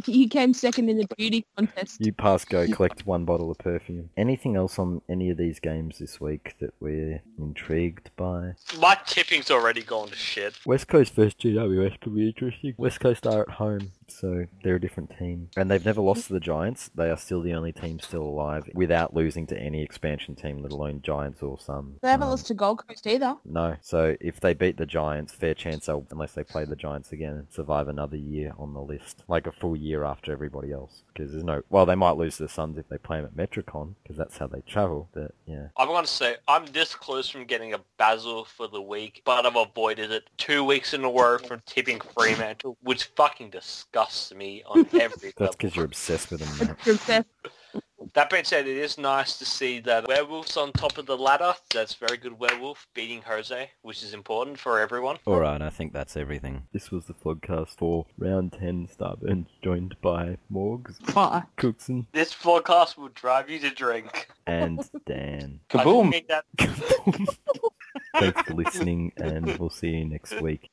Speaker 6: You came second in the beauty contest.
Speaker 3: You pass go collect one bottle of perfume. Anything else on any of these games this week that we're intrigued by?
Speaker 4: My tipping's already gone to shit.
Speaker 3: West Coast versus GWS could be interesting. West Coast are at home. So they're a different team. And they've never lost to the Giants. They are still the only team still alive without losing to any expansion team, let alone Giants or Suns.
Speaker 6: They haven't
Speaker 3: Um,
Speaker 6: lost to Gold Coast either.
Speaker 3: No. So if they beat the Giants, fair chance they'll, unless they play the Giants again, and survive another year on the list, like a full year after everybody else. Because there's no. Well, they might lose to the Suns if they play them at Metricon, because that's how they travel. But yeah,
Speaker 4: I'm going to say I'm this close from getting a basil for the week, but I've avoided it two weeks in a row from tipping Fremantle, which fucking disgusts me on every
Speaker 3: that's
Speaker 4: level.
Speaker 3: because you're obsessed with them. Mate.
Speaker 6: You're obsessed.
Speaker 4: That being said, it is nice to see that werewolves on top of the ladder. That's very good werewolf beating Jose, which is important for everyone.
Speaker 1: All right, I think that's everything.
Speaker 3: This was the vlogcast for round 10 Starburns, joined by Morgs,
Speaker 6: Bye.
Speaker 3: Cookson,
Speaker 4: This forecast will drive you to drink.
Speaker 3: and Dan.
Speaker 4: I
Speaker 5: Kaboom.
Speaker 4: think that
Speaker 3: Thanks for listening, and we'll see you next week.